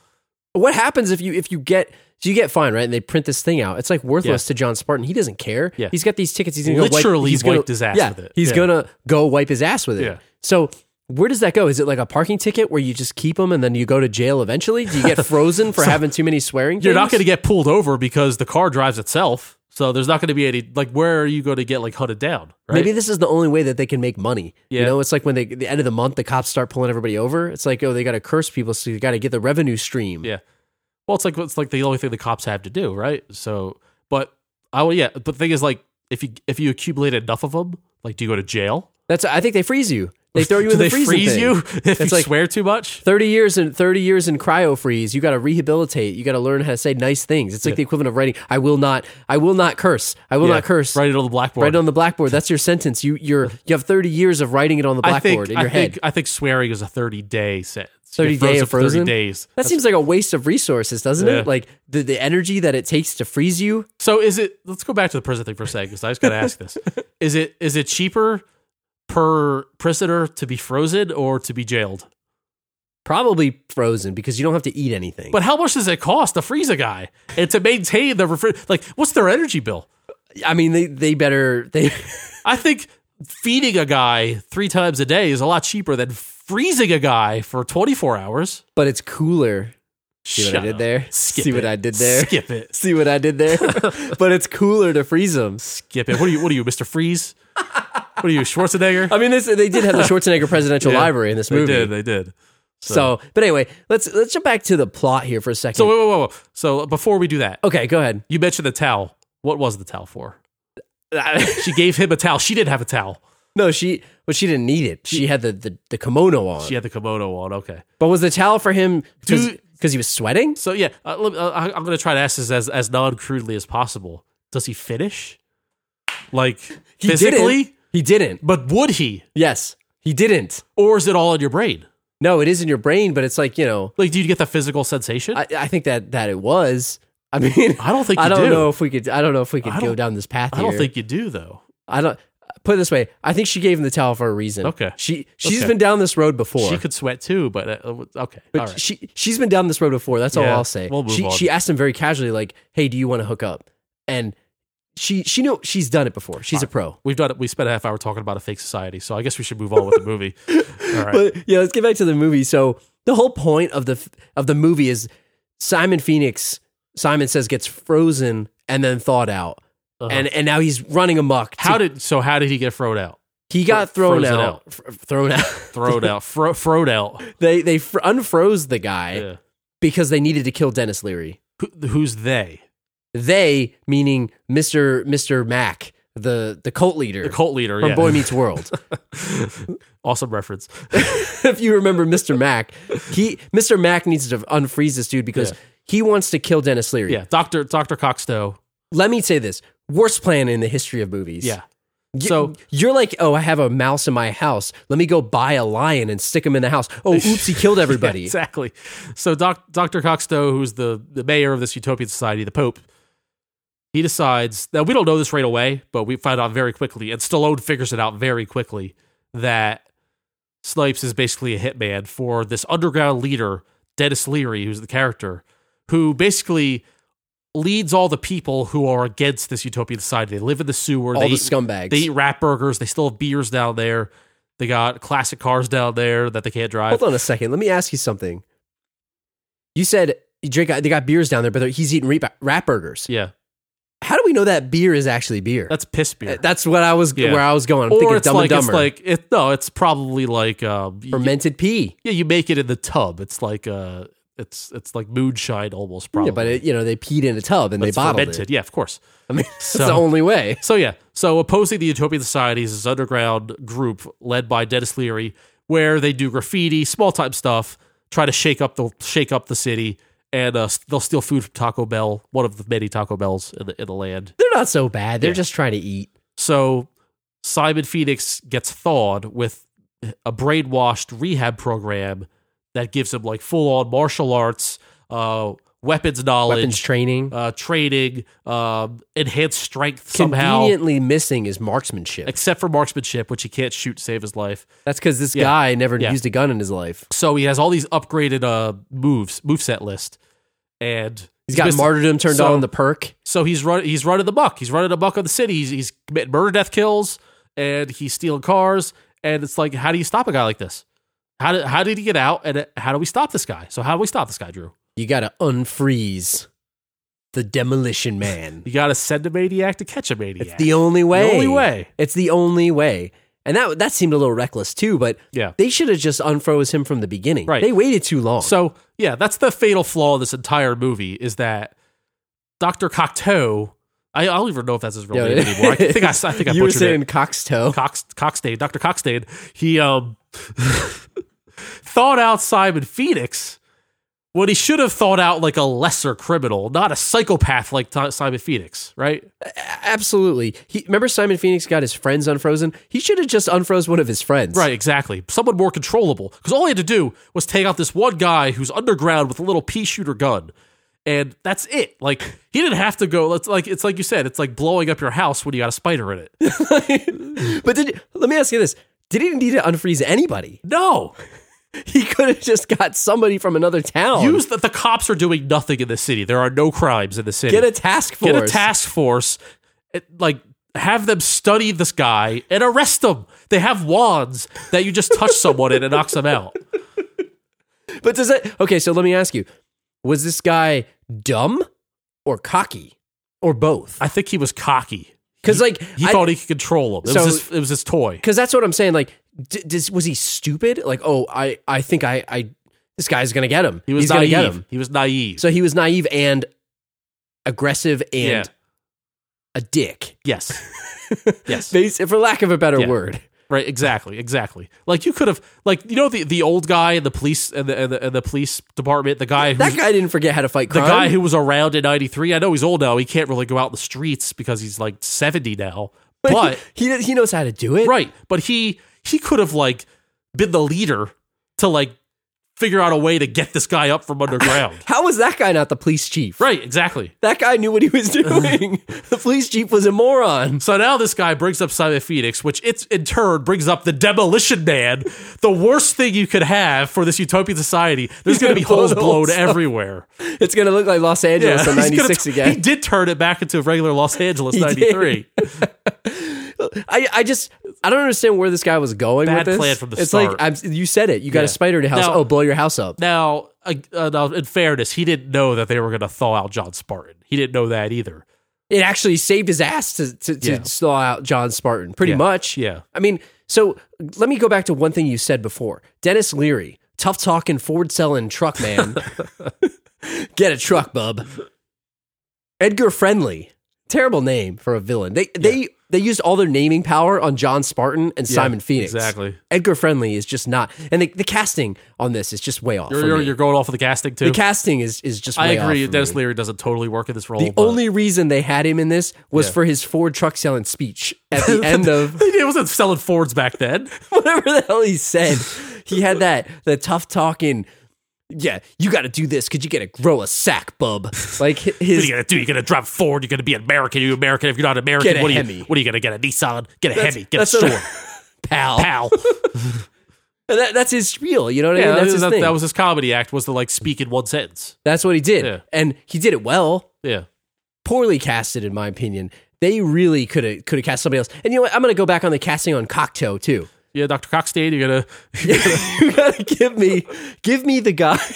What happens if you if you get so you get fined, right? And they print this thing out. It's like worthless to John Spartan. He doesn't care. Yeah. He's got these tickets. He's gonna go wipe, Literally he's gonna- wiped his ass yeah, with it. He's Yeah. gonna go wipe his ass with it. Yeah. So where does that go? Is it like a parking ticket where you just keep them and then you go to jail eventually? Do you get frozen for having too many swearing? You're not things? going to get pulled over because the car drives itself. So there's not going to be any, like, where are you going to get like hunted down? Right? Maybe this is the only way that they can make money. You Yeah. know, it's like when they at the end of the month the cops start pulling everybody over. It's like oh they got to curse people, so you got to get the revenue stream. Yeah. Well, it's like it's like the only thing the cops have to do, right? So, but I will, yeah. But the thing is, like, if you if you accumulate enough of them, like, do you go to jail? That's I think they freeze you. They throw you do in the they freezing freeze thing. you if you It's like- swear too much? 30 years in 30 years in cryo freeze you got to rehabilitate you got to learn how to say nice things it's like the equivalent of writing i will not i will not curse i will Yeah. not curse Write it on the blackboard. Write it on the blackboard that's your sentence you you're you have 30 years of writing it on the I blackboard in think I your think head I think swearing is a thirty day sentence. So you 30 get day frozen of for frozen. 30 days. That seems like a waste of resources, doesn't Yeah. it? Like the, the energy that it takes to freeze you. So is it? Let's go back to the prison thing for a second because I just got to ask this: is it is it cheaper per prisoner to be frozen or to be jailed? Probably frozen because you don't have to eat anything. But how much does it cost to freeze a guy and to maintain the refri- like? What's their energy bill? I mean, they they better they I think feeding a guy three times a day is a lot cheaper than freezing a guy for twenty four hours. but it's cooler. See what I Shut did up. there? Skip See what it. I did there? Skip it. See what I did there? but it's cooler to freeze them. Skip it. What are you? What are you, Mister Freeze? What are you, Schwarzenegger? I mean, this they did have the Schwarzenegger Presidential Yeah, Library in this They movie. did. They did. So, but anyway, let's let's jump back to the plot here for a second. So wait, wait, wait, wait. So before we do that, okay, go ahead. You mentioned the towel. What was the towel for? she gave him a towel. She didn't have a towel. No, she well, she didn't need it. She had the the, the kimono on. She had the kimono on. Okay. but was the towel for him Dude. because he was sweating? So yeah, uh, let me- uh, I- I'm going to try to ask this as as non crudely as possible. Does he finish? Like He physically, didn't. He didn't. but would he? Yes, he didn't. Or is it all in your brain? No, it is in your brain, but it's like you know. Like, do you get the physical sensation? I, I think that that it was. I mean, I don't think I you don't do. know if we could. I don't know if we I could don't- go down this path. I don't here. think you do though. I don't. Put it this way, I think she gave him the towel for a reason. Okay. she she's Okay. been down this road before. She could sweat too, but uh, okay, But all right. she she's been down this road before. That's all Yeah, I'll say. we'll move she on. she asked him very casually, like, "Hey, do you want to hook up?" And she she know she's done it before. She's a pro. We've done. it. We spent a half hour talking about a fake society, so I guess we should move on with the movie. All right. But yeah, let's get back to the movie. So the whole point of the f- of the movie is Simon Phoenix. Simon says gets frozen and then thawed out, and and now he's running amok. to- Uh-huh. how did so? How did he get thrown out? he got thrown frozen out? out. f- thrown out. Throwed out. Fro- throwed out. they they fr- unfroze the guy Yeah. because they needed to kill Dennis Leary. Who, who's they? They meaning Mister Mister Mac, the the cult leader The cult leader. from yeah. Boy Meets World. awesome reference. if you remember Mister Mac, he Mister Mac needs to unfreeze this dude because Yeah. he wants to kill Dennis Leary. Yeah, Doctor Doctor Coxto. Let me say this: worst plan in the history of movies. Yeah. Y- So- you're like, oh, I have a mouse in my house. Let me go buy a lion and stick him in the house. Oh, oops, he killed everybody. Yeah, exactly. So doc, Dr. Coxto, who's the, the mayor of this utopian society, the Pope, he decides now we don't know this right away, but we find out very quickly, and Stallone figures it out very quickly that Snipes is basically a hitman for this underground leader, Dennis Leary, who's the character, who basically leads all the people who are against this utopian society. They live in the sewer, All they the eat scumbags. They eat rat burgers. They still have beers down there. They got classic cars down there that they can't drive. Hold on a second. Let me ask you something. You said you drink. They got beers down there, but they're- he's eating re- rat burgers. Yeah, How do we know that beer is actually beer? that's piss beer. Uh, That's what I was Yeah. where I was going. I'm or thinking it's Dumb like and it's Dumber. like it, no, it's probably like um, y- fermented pea. yeah, you make it in the tub. It's like uh, it's it's like moonshine almost probably. Yeah, but it, you know they peed in a tub and But they it's bottled it. fermented. Yeah, of course. I mean, So- that's the only way. So yeah, so opposing the Utopian Society is this underground group led by Dennis Leary, where they do graffiti, small time stuff, try to shake up the shake up the city, and uh, they'll steal food from Taco Bell, one of the many Taco Bells in the in the land. They're not so bad. They're Yeah. just trying to eat. So Simon Phoenix gets thawed with a brainwashed rehab program that gives him like full on martial arts, uh, weapons knowledge, Weapons training. uh, training, um, enhanced strength somehow. Conveniently missing is marksmanship. except for marksmanship, which he can't shoot to save his life. That's because this Yeah. guy never Yeah. used a gun in his life. So he has all these upgraded uh, moves, moveset list, and He's got missing- martyrdom turned So- on the perk. So he's run, he's running the buck. He's running the buck on the city. He's, he's committing murder, death, kills, and he's stealing cars. And it's like, how do you stop a guy like this? How did how did he get out? And uh, how do we stop this guy? So how do we stop this guy, Drew? You got to unfreeze the demolition man. You got to send a maniac to catch a maniac. It's the only way. only way. It's the only way. And that that seemed a little reckless too, but Yeah. they should have just unfroze him from the beginning. Right. They waited too long. So yeah, that's the fatal flaw of this entire movie is that Doctor Cocteau. I, I don't even know if that's his real Yeah. name anymore. I think I, I think I you were butchered it. saying cockstoe. Cox Coxtade, Dr. Coxtade, he um thought out Simon Phoenix What he should have thought out like a lesser criminal, not a psychopath like Ti- Simon Phoenix, right? Absolutely. He, remember Simon Phoenix got his friends unfrozen? He should have just unfroze one of his friends. Right, exactly. Someone more controllable. Because all he had to do was take out this one guy who's underground with a little pea shooter gun. And that's it. Like he didn't have to go. It's like it's like you said. It's like blowing up your house when you got a spider in it. But did let me ask you this. Did he need to unfreeze anybody? No, He could have just got somebody from another town. use that. The cops are doing nothing in the city. There are no crimes in the city. Get a task force. Get a task force. it- Like have them study this guy and arrest him. They have wands that you just touch someone in and it knocks them out. But does that okay? So let me ask you: Was this guy dumb or cocky or both? I think he was cocky. Because like, He thought he could control him. It, So- was, his, it was his toy. because that's what I'm saying. Like, d- does, was he stupid? Like, oh, I, I think I, I, this guy's gonna get him. He was He's naive. gonna get him. He was naive. So he was naive and aggressive and yeah. a dick, Yes. yes. Basi- for lack of a better Yeah. word. Right. Exactly. Exactly. Like you could have. Like you know the the old guy in the police and the and the, and the police department. The guy. Who's, That guy didn't forget how to fight the crime. guy who was around in 93 i know he's old now he can't really go out in the streets because he's like 70 now but he, he knows how to do it. right but he he could have like been the leader to like figure out a way to get this guy up from underground How was that guy not the police chief? right exactly That guy knew what he was doing. the police chief was a moron. so now this guy brings up Simon Phoenix, which it's in turn brings up the Demolition Man, the worst thing you could have for this utopian society. There's He's going to be gonna blow holes the whole blown stuff. everywhere. It's gonna look like Los Angeles in he's gonna '96 t- He again. did turn it back into regular Los Angeles did. '93. I, I just I don't understand where this guy was going Bad with this. plan from the it's like start. I'm, you said it. You got Yeah. a spider in your house. Now- oh, blow your house up. Now, uh, uh, now, in fairness, he didn't know that they were going to thaw out John Spartan. He didn't know that either. It actually saved his ass to to, to Yeah. slow out John Spartan pretty Yeah. much. Yeah. I mean, so let me go back to one thing you said before. Dennis Leary, tough talking, Ford selling truck man. Get a truck, bub. Edgar Friendly, terrible name for a villain. They they they used all their naming power on John Spartan and Simon Phoenix. exactly. Edgar Friendly is just not, and the, the casting on this is just way off. You're, for you're, me. you're going off of the casting too. the casting is is just. I way off agree. for Dennis me. Leary doesn't totally work in this role. The but- only reason they had him in this was Yeah. for his Ford truck selling speech at the end of it wasn't selling Fords back then. whatever the hell he said. He had that the tough talking. Yeah, you got to do this. Could you get a grow a sack, bub? Like hi- What are you his gonna do? You're gonna drive Ford. You're gonna be American. You American. If you're not American, Get a what are you? Hemi. What are you gonna get? A Nissan? Get a Hemi. Get a that's store. what- pal. Pal. That, that's his spiel. You know what I yeah, mean? That's that, his that- thing. that was his comedy act. Was to like speak in one sentence. that's what he did, Yeah. and he did it well. Yeah. poorly casted in my opinion. They really could have could have cast somebody else. And you know what? I'm going to go back on the casting on Cocteau too. Yeah, Dr. Cockstein, you're gonna you got to give me give me the guy.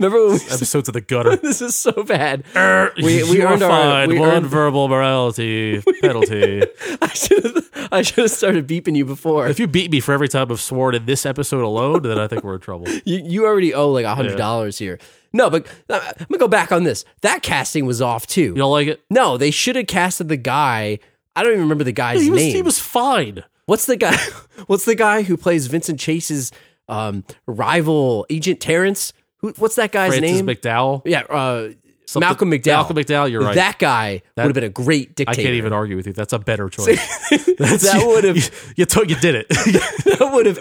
Remember when we said episodes of the gutter. this is so bad. Er, We- we you are earned our- fined we one earned- verbal morality penalty. I should have I should have started beeping you before. If you beat me for every time I've sworn in this episode alone, then I think we're in trouble. You you already owe like hundred dollars here. No, but uh, I'm gonna go back on this. That casting was off too. You don't like it? No, they should have casted the guy. I don't even remember the guy's He was, name. he was fine. What's the guy? What's the guy who plays Vincent Chase's um, rival, Agent Terrence? Who, what's that guy's Francis name? McDowell. yeah, uh, Something- Malcolm McDowell. Malcolm McDowell, you're right. That guy would have been a great I dictator. can't even argue with you. That's a better choice. That's- that you- would have you, you, took- you did it. that would have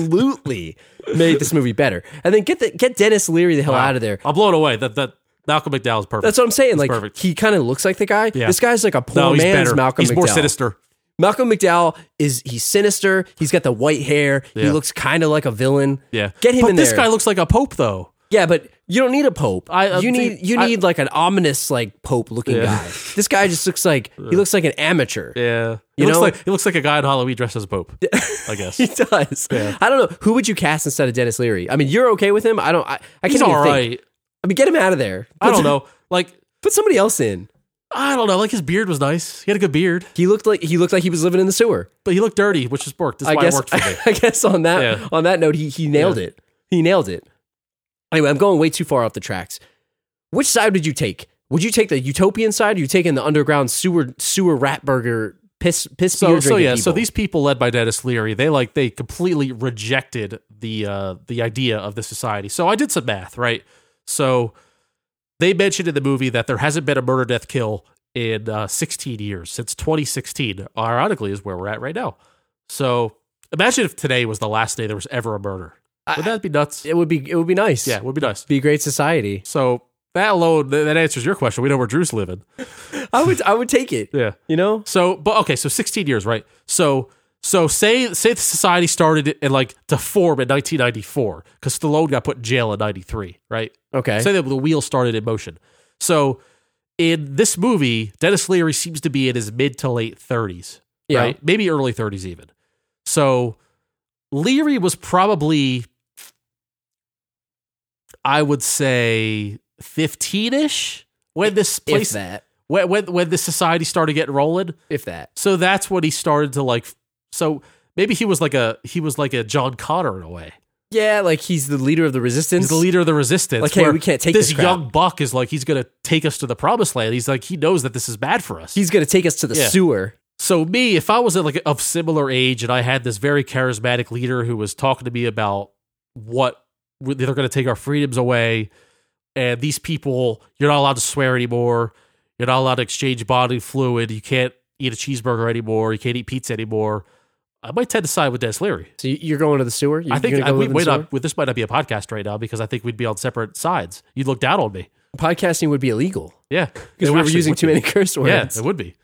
absolutely made this movie better. And then get the, get Dennis Leary the hell out of there. I'm blown away. That that Malcolm McDowell's perfect. That's what I'm saying. Like perfect. he kind of looks like the guy. Yeah. This guy's like a poor no, he's man's better. Malcolm. he's more McDowell. sinister. Malcolm McDowell is he's sinister. He's got the white hair. He Yeah. looks kind of like a villain. Yeah. get him but in this there. guy looks like a pope though. Yeah, but you don't need a pope. I- uh, you need dude, you I- need like an ominous like pope looking Yeah. guy. This guy just looks like he looks like an amateur. Yeah. He You looks know- like he looks like a guy in Halloween dressed as a pope. I guess. He does. I don't know who would you cast instead of Dennis Leary. I mean, you're okay with him. I don't. I, I He's can't even all think. right. I mean, get him out of there. I Put- don't know. Like Put somebody else in. I don't know. Like his beard was nice. He had a good beard, He looked like he looked like he was living in the sewer. but he looked dirty, which is worked. That's I why guess. it worked for me. I guess on that Yeah. on that note, he he nailed Yeah. it. He nailed it. Anyway, I'm going way too far off the tracks. Which side would you take? Would you take the utopian side? Or you taking the underground sewer sewer rat burger piss piss So, beer so drinking yeah, people. so these people led by Dennis Leary, they like they completely rejected the uh the idea of the society. So I did some math, right? So they mentioned in the movie that there hasn't been a murder death kill in uh, 16 years since 2016. Ironically, is where we're at right now. So imagine if today was the last day there was ever a murder. Would that be nuts? it would be it would be nice. Yeah, it would be nice. be a great society. So that alone th- that answers your question. We know where Drew's living. I would I would take it. Yeah. You know? So, but okay, so 16 years, right? So, so say say the society started in like to form in 1994 because Stallone got put in jail in 93, right? Okay. Say that the wheel started in motion. So, in this movie, Dennis Leary seems to be in his mid to late 30s, Yeah. right? Maybe early 30s even. So, Leary was probably, I would say, 15 ish when this if place that. when when when this society started getting rolling. If that. So that's when he started to like. So maybe he was like a he was like a John Connor in a way. Yeah, like he's the leader of the resistance. He's the leader of the resistance. Like, hey, where we can't take this crap. young buck is like he's gonna take us to the promised land. He's like he knows that this is bad for us. He's gonna take us to the Yeah. sewer. so me, if I was like of similar age and I had this very charismatic leader who was talking to me about what they're gonna take our freedoms away, and these people you're not allowed to swear anymore, you're not allowed to exchange bodily fluid, you can't eat a cheeseburger anymore, you can't eat pizza anymore. I might tend to side with Dennis Leary. So you- you're going to the sewer? You're I think gonna I, go we, live in the wait, sewer? not, this might not be a podcast right now because I think we'd be on separate sides. You'd look down on me. Podcasting would be illegal Yeah. because It we were actually using would too be. many curse Yeah, words. it would be.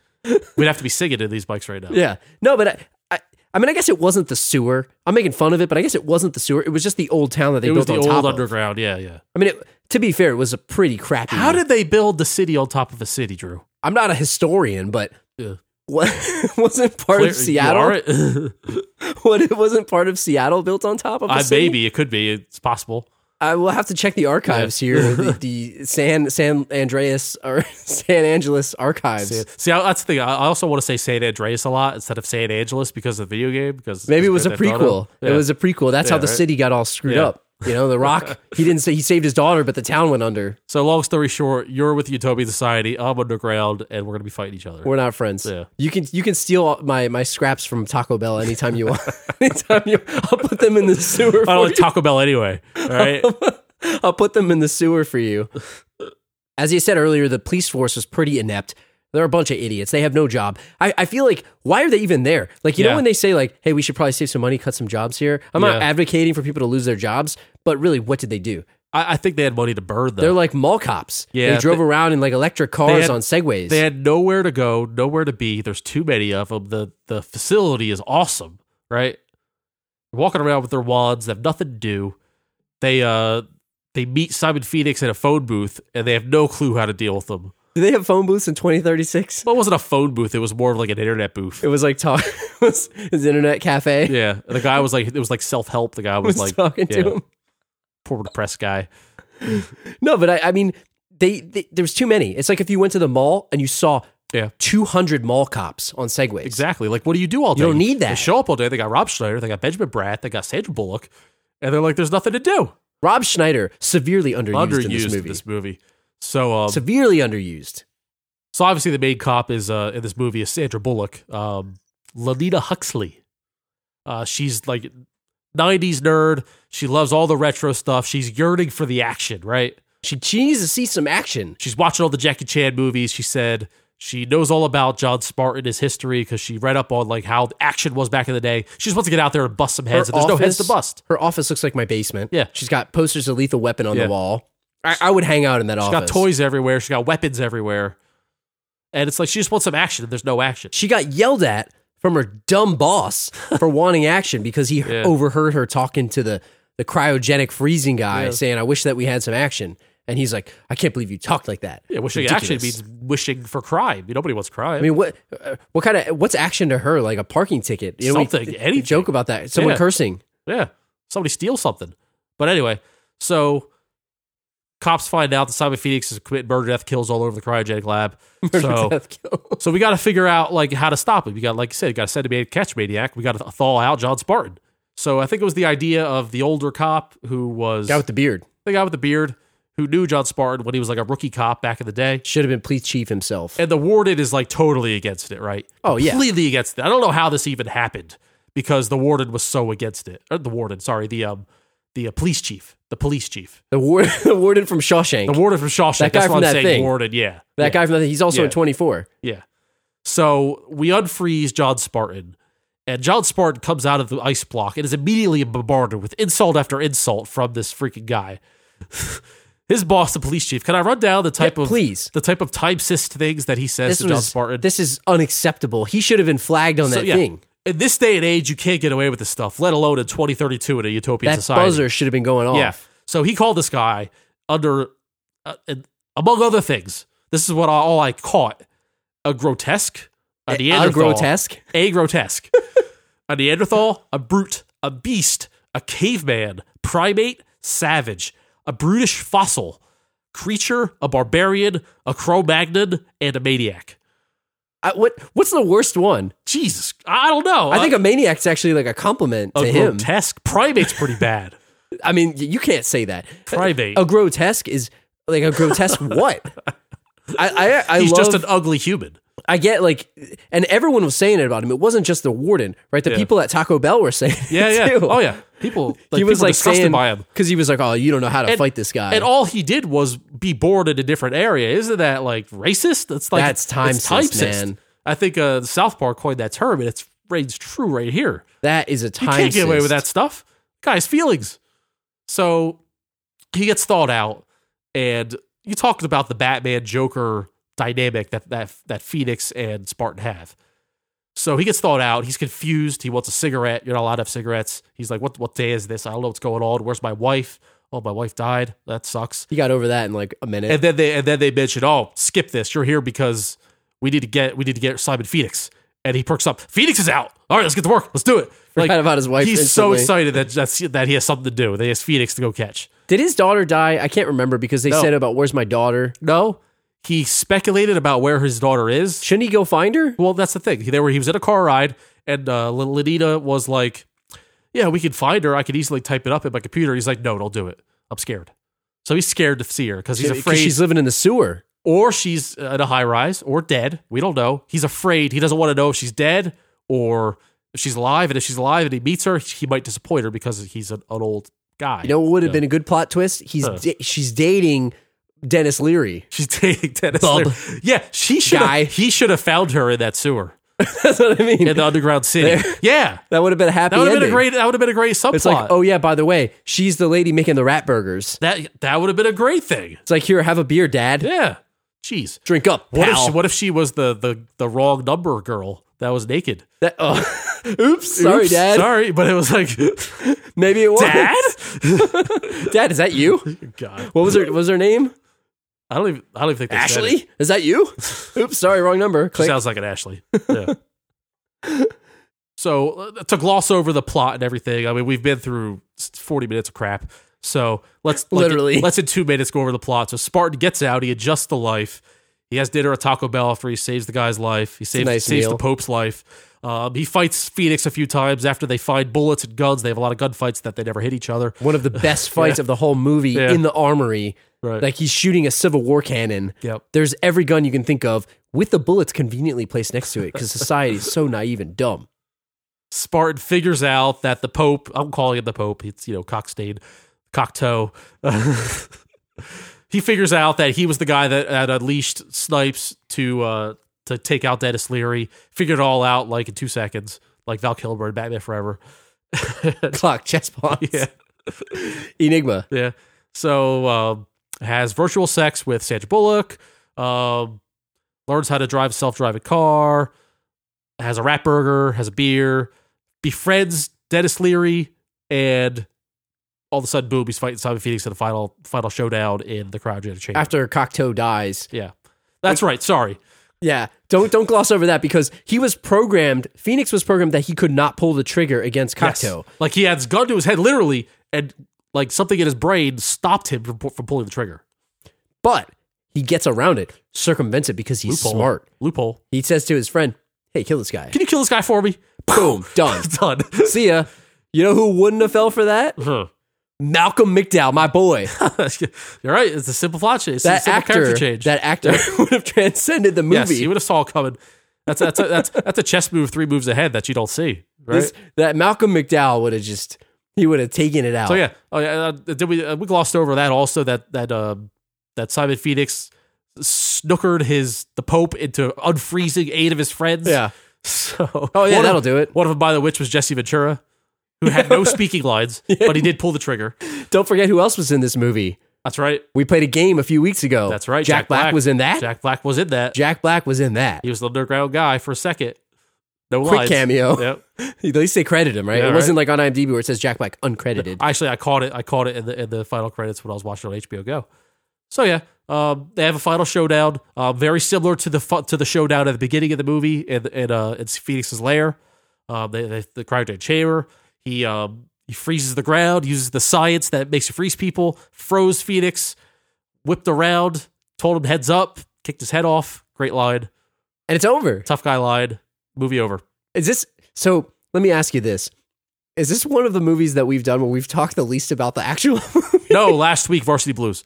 We'd have to be singing in these mics right now. Yeah. No, but I, I, I mean, I guess it wasn't the sewer. I'm making fun of it, but I guess it wasn't the sewer. It was just the old town that they it was built the on top old of. underground. Yeah, yeah. I mean, it, to be fair, it was a pretty crappy. How did they build the city on top of a city, Drew? I'm not a historian, but Yeah. what wasn't part Clear- of You Seattle? are it? What it wasn't part of Seattle built on top of? a I, city? maybe it could be. It's possible. I will have to check the archives here. The, the San San Andreas or San Angeles archives. See, I, that's the thing. I I also want to say San Andreas a lot instead of San Angeles because of the video game. Because Maybe it was a because they've prequel. gone up. It was a prequel. That's how Yeah, the right. city got all screwed Yeah. up. You know, The Rock. he didn't say he saved his daughter, but the town went under. So, long story short, you're with Utopian Society. I'm underground, and we're gonna be fighting each other. We're not friends. Yeah. You can you can steal all- my my scraps from Taco Bell anytime you want. anytime you, I'll put them in the sewer. For I don't like you. Taco Bell anyway. All right. I'll put them in the sewer for you. As you said earlier, the police force was pretty inept. They're a bunch of idiots. They have no job. I, I feel like why are they even there? Like you know Yeah. when they say like, hey, we should probably save some money, cut some jobs here. I'm not Yeah. advocating for people to lose their jobs, but really, what did they do? I, I think they had money to burn though. They're like mall cops. Yeah, they drove around in like electric cars had- on segways. they had nowhere to go, nowhere to be. There's too many of them. The the facility is awesome, right? Walking around with their wands, they have nothing to do. They uh they meet Simon Phoenix at a phone booth, and they have no clue how to deal with them. Did they have phone booths in 2036? Well, it wasn't a phone booth; it was more of like an internet booth. It was like talk. it was his internet cafe. Yeah, and the guy was like, it was like self help. The guy was, was like talking yeah, to him. poor depressed guy. No, but I, I mean, they, they there was too many. It's like if you went to the mall and you saw Yeah, 200 mall cops on segways. exactly. Like, what do you do all day? You don't need They that. show up all day. They got Rob Schneider, they got Benjamin Bratt, they got Sandra Bullock, and they're like, there's nothing to do. Rob Schneider severely underused, underused in this movie. So, um, so, severely underused. obviously the main cop is uh, in this movie is Sandra Bullock, um, Lalita Huxley. Uh, she's like '90s nerd. She loves all the retro stuff. She's yearning for the action, right? She, she needs to see some action. She's watching all the Jackie Chan movies. She said she knows all about John Spartan, his history, because she read up on like how action was back in the day. She just wants to get out there and bust some heads. Her and there's no heads to office- bust. Her office looks like my basement. Yeah. She's got posters of Lethal Weapon on Yeah. the wall. I, I would hang out in that She's office. got toys everywhere. She's got weapons everywhere. And it's like she just wants some action, and there's no action. She got yelled at from her dumb boss for wanting action because he Yeah. overheard her talking to the, the cryogenic freezing guy Yeah. saying, I wish that we had some action. And he's like, I can't believe you talked like that. Yeah, wishing Ridiculous. action means wishing for crime. Nobody wants crime. I mean, what uh, what kind of what's action to her? Like a parking ticket, you know, we- Something, we anything. joke about that. Someone Yeah. cursing. yeah, somebody steals something. But anyway, so cops find out that Simon Phoenix is committing murder death kills all over the cryogenic lab. so, Death kill. so we got to figure out like how to stop him. We got, like I said, got to send him a catch maniac. We got to thaw out John Spartan. So I think it was the idea of the older cop who was guy with the beard. the guy with the beard who knew John Spartan when he was like a rookie cop back in the day. Should have been police chief himself. And the warden is like totally against it, right? Oh, yeah. completely against it. I don't know how this even happened because the warden was so against it. Or the warden, sorry, the um, the uh, police chief, the police chief, The, war- the warden from Shawshank. the warden from Shawshank. That guy That's from what I'm that saying. thing. Warden, yeah, that yeah. guy from the, he's also Yeah. in 24. Yeah. So we unfreeze John Spartan, and John Spartan comes out of the ice block and is immediately bombarded with insult after insult from this freaking guy. His boss, the police chief. Can I run down the type Yeah, of please. the type of type cyst things that he says This to John was Spartan? this is unacceptable. He should have been flagged on So, that yeah. thing. In this day and age, you can't get away with this stuff, let alone in 2032 in a utopian That society. buzzer should have been going off. Yeah. So he called this guy under, uh, and among other things. This is what I, all I caught: a grotesque, a, Uh, Neanderthal, grotesque. a grotesque, a Neanderthal, a brute, a beast, a caveman, primate, savage, a brutish fossil, creature, a barbarian, a Cro-Magnon, and a maniac. I, what what's the worst one? Jesus, I don't know. I think a maniac's actually like a compliment a, to a him. grotesque primate's pretty bad. I mean, y- you can't say that. Primate. A grotesque is like a grotesque what? I I, I He's love, just an ugly human. I get like, and everyone was saying it about him. It wasn't just the warden, right? The Yeah. people at Taco Bell were saying, it, Yeah, yeah. too. Oh yeah. People like, he was people like disgusted saying by him. because he was like, "Oh, you don't know how to And- fight this guy." And all he did was be born in a different area. Isn't that like racist? That's like That's time it's time cyst, cyst. man. I think uh, South Park coined that term, and it's reigns true right here. that is a time. You can't get away with that cyst. stuff. Guy's feelings. So he gets thawed out, and you talked about the Batman Joker dynamic that that that Phoenix and Spartan have. So he gets thawed out. He's confused. He wants a cigarette. You're not allowed to have cigarettes. He's like, "What? What day is this? I don't know what's going on. Where's my wife? Oh, my wife died. That sucks." He got over that in like a minute. And then they and then they mention, "Oh, skip this. You're here because we need to get we need to get Simon Phoenix." And he perks up. Phoenix is out. All right, let's get to work. Let's do it. Like Forgot about his wife He's so instantly. excited that that's, that he has something to do. They asked Phoenix to go catch. Did his daughter die? I can't remember because they No. said about where's my daughter. No, he speculated about where his daughter is. Shouldn't he go find her? Well, that's the thing. They were he was in a car ride, and uh, Lin- Lenita was like, "Yeah, we can find her. I could easily type it up in my computer." He's like, "No, don't do it. I'm scared." So he's scared to see her because he's 'Cause afraid she's living in the sewer. or she's at a high rise or dead. We don't know. He's afraid. He doesn't want to know if she's dead or if she's alive. And if she's alive and he meets her, he might disappoint her because he's an, an old guy. You know what would have been a good plot twist? He's Huh. da- she's dating Dennis Leary. she's dating Dennis. Bub. Leary. Yeah, she should. Guy. have He should have found her in that sewer That's what I mean. in the underground city. yeah, that would have been a happy that would have ending. been a great. That would have been a great subplot. it's like, oh yeah, by the way, she's the lady making the rat burgers. that that would have been a great thing. It's like, here, have a beer, Dad. Yeah. Jeez. Drink up, What if, pal. she, what if she was the, the the wrong number girl that was naked? That- oh. Oops, sorry, Oops, Dad. Sorry, but it was like, Maybe it was. Dad. Dad, is that you? God, What was her? What was her name? I don't even. I don't even think they said it. Ashley. Is that you? Oops, sorry, wrong number. She Click. sounds like an Ashley. Yeah. so uh, to gloss over the plot and everything, I mean, we've been through s- forty minutes of crap. So let's like, Literally. let's in two minutes go over the plot. So Spartan gets out. He adjusts the life. He has dinner at Taco Bell after he saves the guy's life. He saves, nice saves meal. the Pope's life. Um, he fights Phoenix a few times after they find bullets and guns. They have a lot of gunfights that they never hit each other. One of the best fights of the whole movie Yeah. in the armory. Right. Like he's shooting a Civil War cannon. Yep. There's every gun you can think of with the bullets conveniently placed next to it because society is so naive and dumb. Spartan figures out that the Pope, I'm calling him the Pope, it's, you know, Cockstein, Cocktoe. he figures out that he was the guy that had unleashed Snipes to uh, to take out Dennis Leary. Figured it all out like in two seconds, like Val Kilmer and Batman Forever. Clock, chess pawns, Yeah. Enigma. Yeah. So um, has virtual sex with Sandra Bullock. Um, learns how to drive a self-driving car. Has a rat burger. Has a beer. Befriends Dennis Leary, and all of a sudden, boom! He's fighting Simon Phoenix in the final final showdown in the cryogenic chamber. After Cocteau dies, yeah, that's right. Sorry. yeah, don't don't gloss over that because he was programmed. Phoenix was programmed that he could not pull the trigger against Yes. Cocteau. Like he had his gun to his head, literally, and like something in his brain stopped him from, from pulling the trigger. but he gets around it, circumvents it because he's Loophole. smart. Loophole. He says to his friend, "Hey, kill this guy." Can you kill this guy for me? Boom, done. Done. See ya. You know who wouldn't have fell for that? Huh. Malcolm McDowell, my boy, You're right. It's a simple plot change. It's a that simple actor, character change. that actor would have transcended the yes, movie. you would have saw it coming. That's that's a, that's that's a chess move three moves ahead that you don't see. Right. This- that Malcolm McDowell would have just he would have taken it out. So yeah, oh yeah. Uh, did we uh, we glossed over that also that that uh, that Simon Phoenix snookered his the Pope into unfreezing eight of his friends. Yeah. So Oh yeah, one that'll of, do it. One of them, by the which, was Jesse Ventura, who had no speaking lines, but he did pull the trigger. Don't forget who else was in this movie. That's right. We played a game a few weeks ago. That's right. Jack, Black, was in that. Jack, Jack Black was in that. Black was in that. he was the underground guy for a second. No Quick lines. cameo. Yep. At least they credit him, right? Yeah, it wasn't like on IMDb where it says Jack Black uncredited. Actually, I caught it. I caught it in the in the final credits when I was watching on HBO Go. So yeah, um, they have a final showdown, uh, very similar to the fu- to the showdown at the beginning of the movie in in, uh, in Phoenix's lair. Um, they, they, the cryogenic chamber. He um, he freezes the ground, uses the science that makes you freeze people. Froze Phoenix, whipped around, told him heads up, kicked his head off. Great line, and it's over. tough guy line. Movie over. Is this so? Let me ask you this: Is this one of the movies that we've done where we've talked the least about the actual? movie? No, last week Varsity Blues,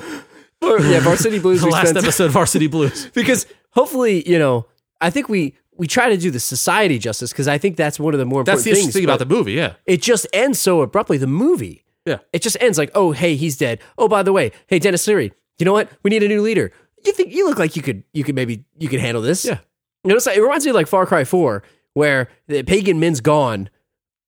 yeah, Varsity Blues. the we last spent- episode of Varsity Blues. because hopefully, you know, I think we we try to do the society justice because I think that's one of the more important That's the interesting things, thing about the but movie. Yeah, It just ends so abruptly. The movie. yeah. It just ends like, oh, hey, he's dead. Oh, by the way, hey, Dennis Leary, you know what? We need a new leader. You think you look like you could, you could maybe, you could handle this. Yeah. You know, it's like, it reminds me of like Far Cry Four, where the pagan min's gone.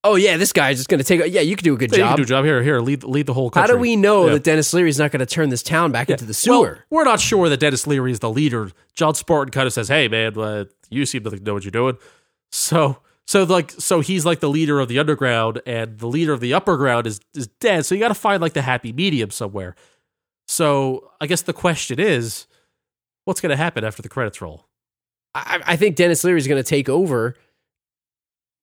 Oh yeah, this guy's just gonna take. Yeah, you could do a good Yeah, You job. can do a job here. Here, lead lead the whole How country. do we know Yeah. that Dennis Leary's not gonna turn this town back into the sewer? Well, we're not sure that Dennis Leary is the leader. John Spartan kind of says, "Hey, man, uh, you seem to know what you're doing." So, so like, so he's like the leader of the underground, and the leader of the upper ground is is dead. So you got to find like the happy medium somewhere. So I guess the question is, what's going to happen after the credits roll? I, I think Dennis Leary's going to take over,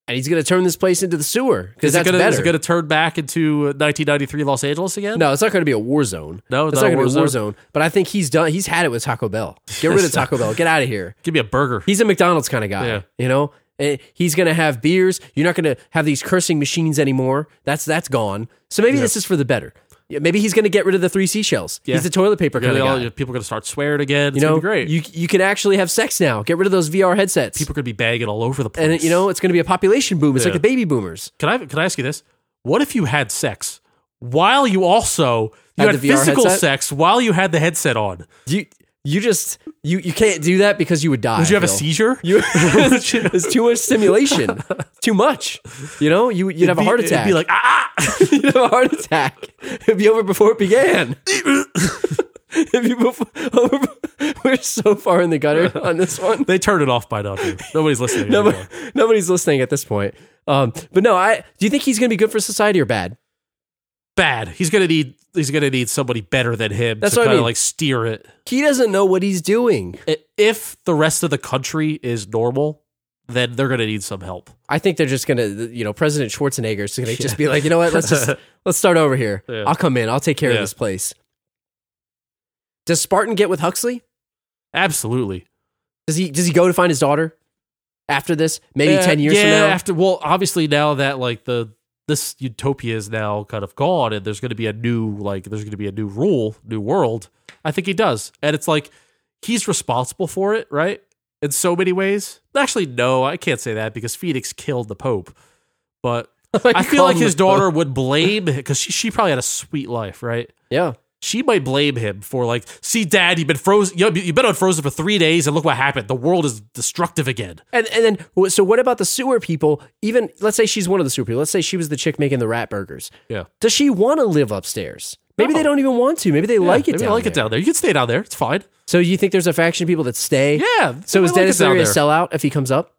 and he's going to turn this place into the sewer because Is it that's gonna, better. Is it going to turn back into 1993 Los Angeles again? no, it's not going to be a war zone. No, it's not not, a going to be a war war zone. But I think he's done. He's had it with Taco Bell. Get rid of Taco Bell. Get out of here. Give me a burger. He's a McDonald's kind of guy. Yeah. You know, And he's going to have beers. You're not going to have these cursing machines anymore. That's that's gone. So maybe this is for the better. Yeah, maybe he's going to get rid of the three seashells. Yeah. He's a toilet paper Gonna kind be of all- guy. people are going to start swearing again. You It's gonna know, be great. you you can actually have sex now. Get rid of those VR headsets. people are going to be bagging all over the place. and you know, it's going to be a population boom. It's Yeah. like the baby boomers. Can I can I ask you this? What if you had sex while you also you Had had, the VR physical headset? sex while you had the headset on? You you just you you can't do that because you would die. Would you have a Phil. seizure? You, it's too much stimulation. Too much. You know, you you'd have a heart attack. It'd be like ah, ah." you'd have a heart attack. It'd be over before it began. If you before, over, we're so far in the gutter on this one. they turn it off by now. dude. Nobody's listening. Nobody, anymore. nobody's listening at this point. Um, but no, I do you think he's going to be good for society or bad? Bad. He's gonna need he's gonna need somebody better than him That's to what I kind of mean. like steer it. He doesn't know what he's doing. I- If the rest of the country is normal, then they're gonna need some help. I think they're just gonna, you know, President Schwarzenegger is gonna just be like, you know what, let's just let's start over here. Yeah. I'll come in. I'll take care Yeah. of this place. Does Spartan get with Huxley? Absolutely. Does he does he go to find his daughter after this? Maybe Yeah, ten years yeah, from now. After well, obviously now that like the this utopia is now kind of gone, and there's going to be a new like there's going to be a new rule, new world. I think he does, and it's like he's responsible for it, right? In so many ways. Actually, no, I can't say that because Phoenix killed the Pope, but I feel like his daughter would blame because she she probably had a sweet life, right? Yeah, She might blame him for like, see, Dad, you've been frozen, you- you've been on frozen for three days, and look what happened. The world is destructive again. and and then wh- so what about the sewer people? Even let's say she's one of the sewer people. Let's say she was the chick making the rat burgers. Yeah. Does she want to live upstairs? Maybe No. they don't even want to. Maybe they Yeah, like it. maybe I down like it there. down there. You can stay down there. It's fine. So you think there's a faction of people that stay? Yeah. So I is like it Dennis down Leary a there. sellout if he comes up?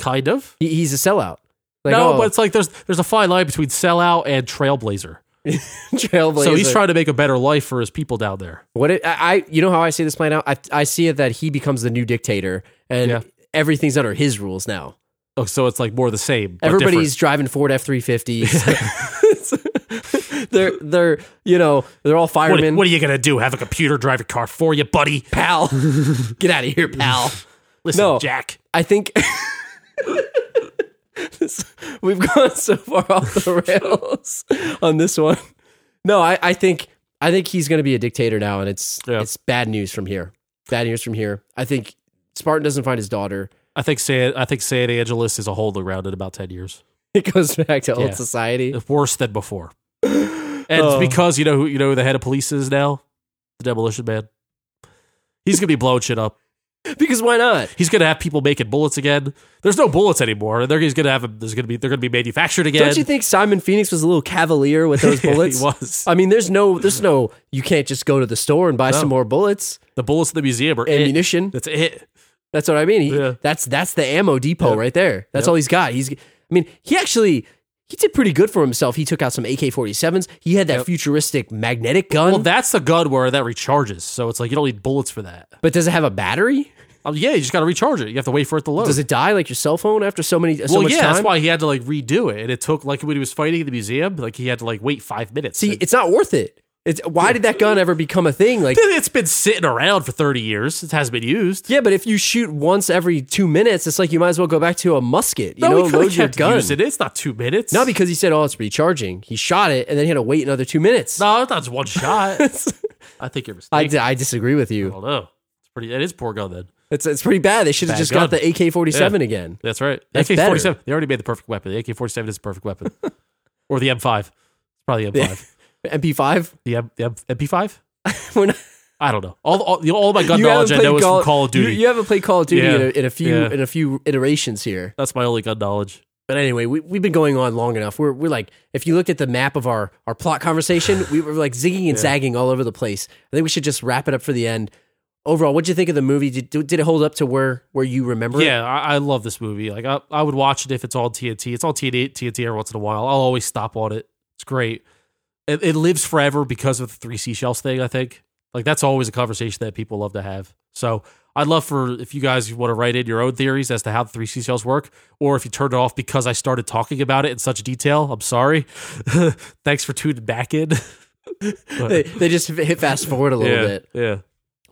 Kind of. He, he's a sellout. Like, no, oh, but it's like there's there's a fine line between sellout and trailblazer. trailblazer. So he's trying to make a better life for his people down there. What it, I, I- you know how I see this playing out. I, I see it that he becomes the new dictator, and Yeah. everything's under his rules now. Oh, so it's like more the same. but Everybody's driving Ford F three fifties. They're they're you know they're all different. firemen. What, what are you gonna do? Have a computer drive a car for you, buddy? pal? Get out of here, pal. Listen, No. Jack. I think this, we've gone so far off the rails on this one. No, I, I think I think he's going to be a dictator now, and it's Yeah. it's bad news from here. Bad news from here. I think Spartan doesn't find his daughter. I think San, I think San Angeles is a hold around in about ten years. It goes back to Yeah. old society. worse than before. And Oh. it's because you know who you know who the head of police is now, the demolition man. He's gonna be blowing shit up. Because why not? He's gonna have people making bullets again. There's no bullets anymore. They're he's gonna have them. There's gonna be they're gonna be manufactured again. Don't you think Simon Phoenix was a little cavalier with those Yeah, he bullets? was. I mean, there's no, there's no. You can't just go to the store and buy No. some more bullets, the bullets in the museum are it. ammunition. That's it. That's what I mean. He, Yeah. That's that's the ammo depot Yep. right there. That's Yep. all he's got. He's. I mean, he actually he did pretty good for himself. He took out some AK-47s. He had that Yep. futuristic magnetic gun. Well, that's the gun where that recharges. So it's like you don't need bullets for that. but does it have a battery? Um, yeah, you just gotta recharge it. You have to wait for it to load. Does it die like your cell phone after so many so Oh. well, much yeah, time? that's why he had to like redo it, and it took like when he was fighting in the museum, like he had to like wait five minutes. See, And- it's not worth it. It's why did that gun ever become a thing? Like, It's been sitting around for 30 years. It hasn't been used. yeah, but if you shoot once every two minutes, it's like you might as well go back to a musket. You no, know, we load could your have gun. using it. It's not two minutes. Not because he said, "Oh, it's recharging." He shot it, and then he had to wait another two minutes. no, that's one shot. I think you're I, mistaken. di- I disagree with I you. don't know. It's pretty. It is poor gun then. It's it's pretty bad. They should have Oh. Bad just got gun. the AK forty seven Yeah. again. That's right. That's AK-47. They already made the perfect weapon. The AK-47 is the perfect weapon, or the M5. It's probably the M5. MP five. the, M, the M, MP5. We're not- I don't know. All all, you know, all my gun you knowledge haven't I know played is from Call of Duty. You, you haven't played Call of Duty Yeah. in, a, in a few Yeah. in a few iterations here. That's my only gun knowledge. But anyway, we we've been going on long enough. We're we're like, if you looked at the map of our our plot conversation, we were like zigging and zagging all over the place. I think we should just wrap it up for the end. Overall, what'd you think of the movie? Did did it hold up to where where you remember it? Yeah, I, I love this movie. Like I, I would watch it if it's on TNT. It's on TNT, TNT every once in a while. I'll always stop on it. It's great. It, it lives forever because of the three seashells thing. I think like that's always a conversation that people love to have. So I'd love for if you guys want to write in your own theories as to how the three seashells work, or if you turned it off because I started talking about it in such detail. I'm sorry. Thanks for tuning back in. They, they just hit fast forward a little yeah, bit. yeah.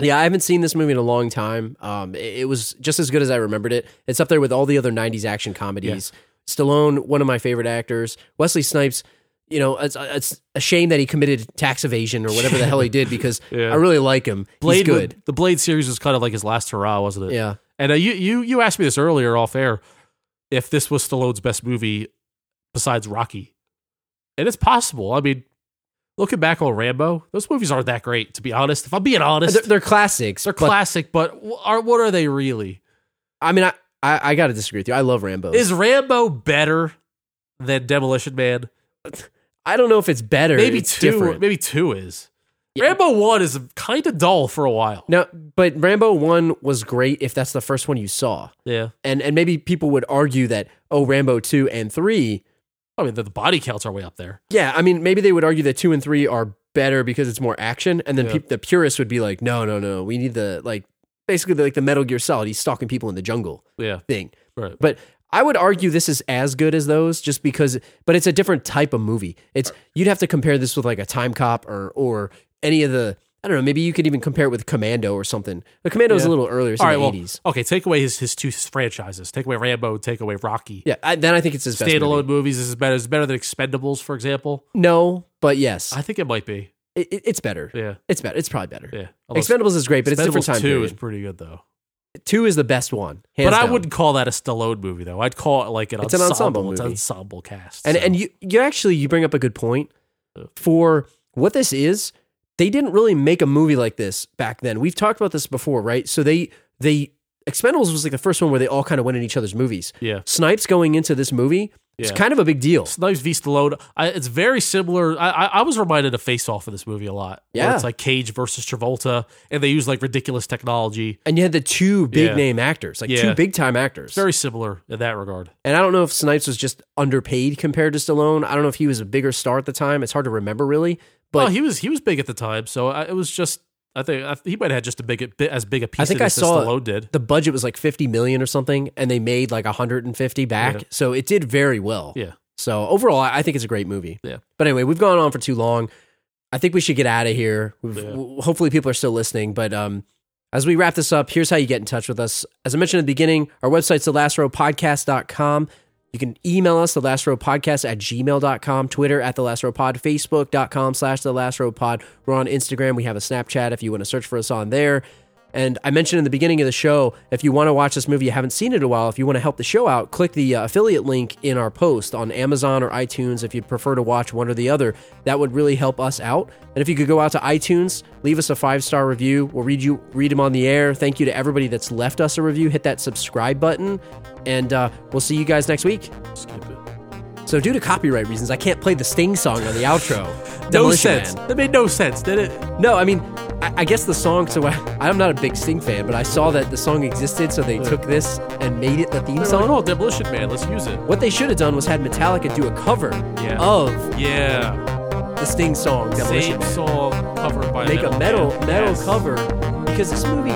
Yeah, I haven't seen this movie in a long time. Um, it, it was just as good as I remembered it. It's up there with all the other '90s action comedies. Stallone, one of my favorite actors. Wesley Snipes. You know, it's, it's a shame that he committed tax evasion or whatever the hell he did because Yeah. I really like him. He's Blade good. would- the Blade series was kind of like his last hurrah, wasn't it? Yeah. And uh, you you you asked me this earlier off air if this was Stallone's best movie besides Rocky, and it's possible. I mean, looking back on Rambo, those movies aren't that great to be honest. If I'm being honest, They're, they're, they're classics. but, classic, but wh- are what are they really? I mean, I, I, I got to disagree with you. I love Rambo. Is Rambo better than Demolition Man? I don't know if it's better. Maybe it's two. different. Maybe two is. Rambo one is kind of dull for a while. No, but Rambo one was great if that's the first one you saw, Yeah, and and maybe people would argue that oh Rambo two and three. I mean the, the body counts are way up there. Yeah, I mean maybe they would argue that two and three are better because it's more action, and then Yeah. peop the purists would be like, no, no, no, we need the like basically like the Metal Gear Solid, he's stalking people in the jungle Yeah, thing. right. But I would argue this is as good as those just because but it's a different type of movie. It's you'd have to compare this with like a Time Cop or or any of the I don't know, maybe you could even compare it with Commando or something. The Commando is a Yeah. little earlier, it's All in right, the well, eighties. okay. Take away his his two franchises. Take away Rambo. Take away Rocky. Yeah, I, then I think it's his best standalone movie. movies is better. Is better than Expendables, for example. No, but yes, I think it might be. it, it- it's better. Yeah, It's better. It's probably better. yeah. I love Expendables is great, but it's a different Expendables time Two period. is pretty good though. Two is the best one, hands but I down. wouldn't call that a Stallone movie though. I'd call it like an It's an ensemble. ensemble It's an movie. ensemble cast. And so. and you you actually you bring up a good point for what this is. They didn't really make a movie like this back then. We've talked about this before, right? So they they Expendables was like the first one where they all kind of went in each other's movies. yeah, Snipes going into this movie, it's Yeah. kind of a big deal. Snipes v Stallone. I, it's very similar. I, I I was reminded of Face Off in this movie a lot. where Yeah. it's like Cage versus Travolta, and they use like ridiculous technology. And you had the two big Yeah. name actors, like two Yeah. big time actors. Very similar in that regard. And I don't know if Snipes was just underpaid compared to Stallone. I don't know if he was a bigger star at the time. It's hard to remember really. But Well, he was he was big at the time, so I, it was just I think I, he might have had just a big bit as big a piece. think of I this saw- as Stallone did. the budget was like 50 million or something and they made like 150 back Yeah. so it did very well Yeah. so overall i I think it's a great movie Yeah. but anyway we've gone on for too long i think we should get out of here We've, Yeah. w- hopefully people are still listening but um as we wrap this up here's how you get in touch with us as i mentioned at the beginning our website's the last row podcast.com You can email us, the last row podcast at gmail.com, Twitter at the last row pod, Facebook.com slash the last row pod. We're on Instagram. We have a Snapchat if you want to search for us on there. And I mentioned in the beginning of the show, if you want to watch this movie, you haven't seen it in a while, if you want to help the show out, click the uh, affiliate link in our post on Amazon or iTunes if you'd prefer to watch one or the other. That would really help us out. And if you could go out to iTunes, leave us a five star review. We'll read you read them on the air. Thank you to everybody that's left us a review. Hit that subscribe button, and uh, we'll see you guys next week. Skip it. So due to copyright reasons, I can't play the Sting song on the outro. No Demolition sense. Man. That made no sense, did it? No, I mean, I, I guess the song. So I, I'm not a big Sting fan, but I saw that the song existed, so they took this and made it the theme It's on song. all Demolition Man. Let's use it. What they should have done was had Metallica do a cover Yeah. of Yeah. the Sting song Demolition Same Man. song covered by Make a metal band. metal Yes. cover because this movie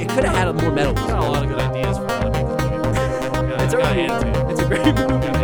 it could have had a more metal. Oh, Got a lot of good ideas for how to make the movie. Gotta- It's gotta already hand it to you. it's a great movie. Gotta hand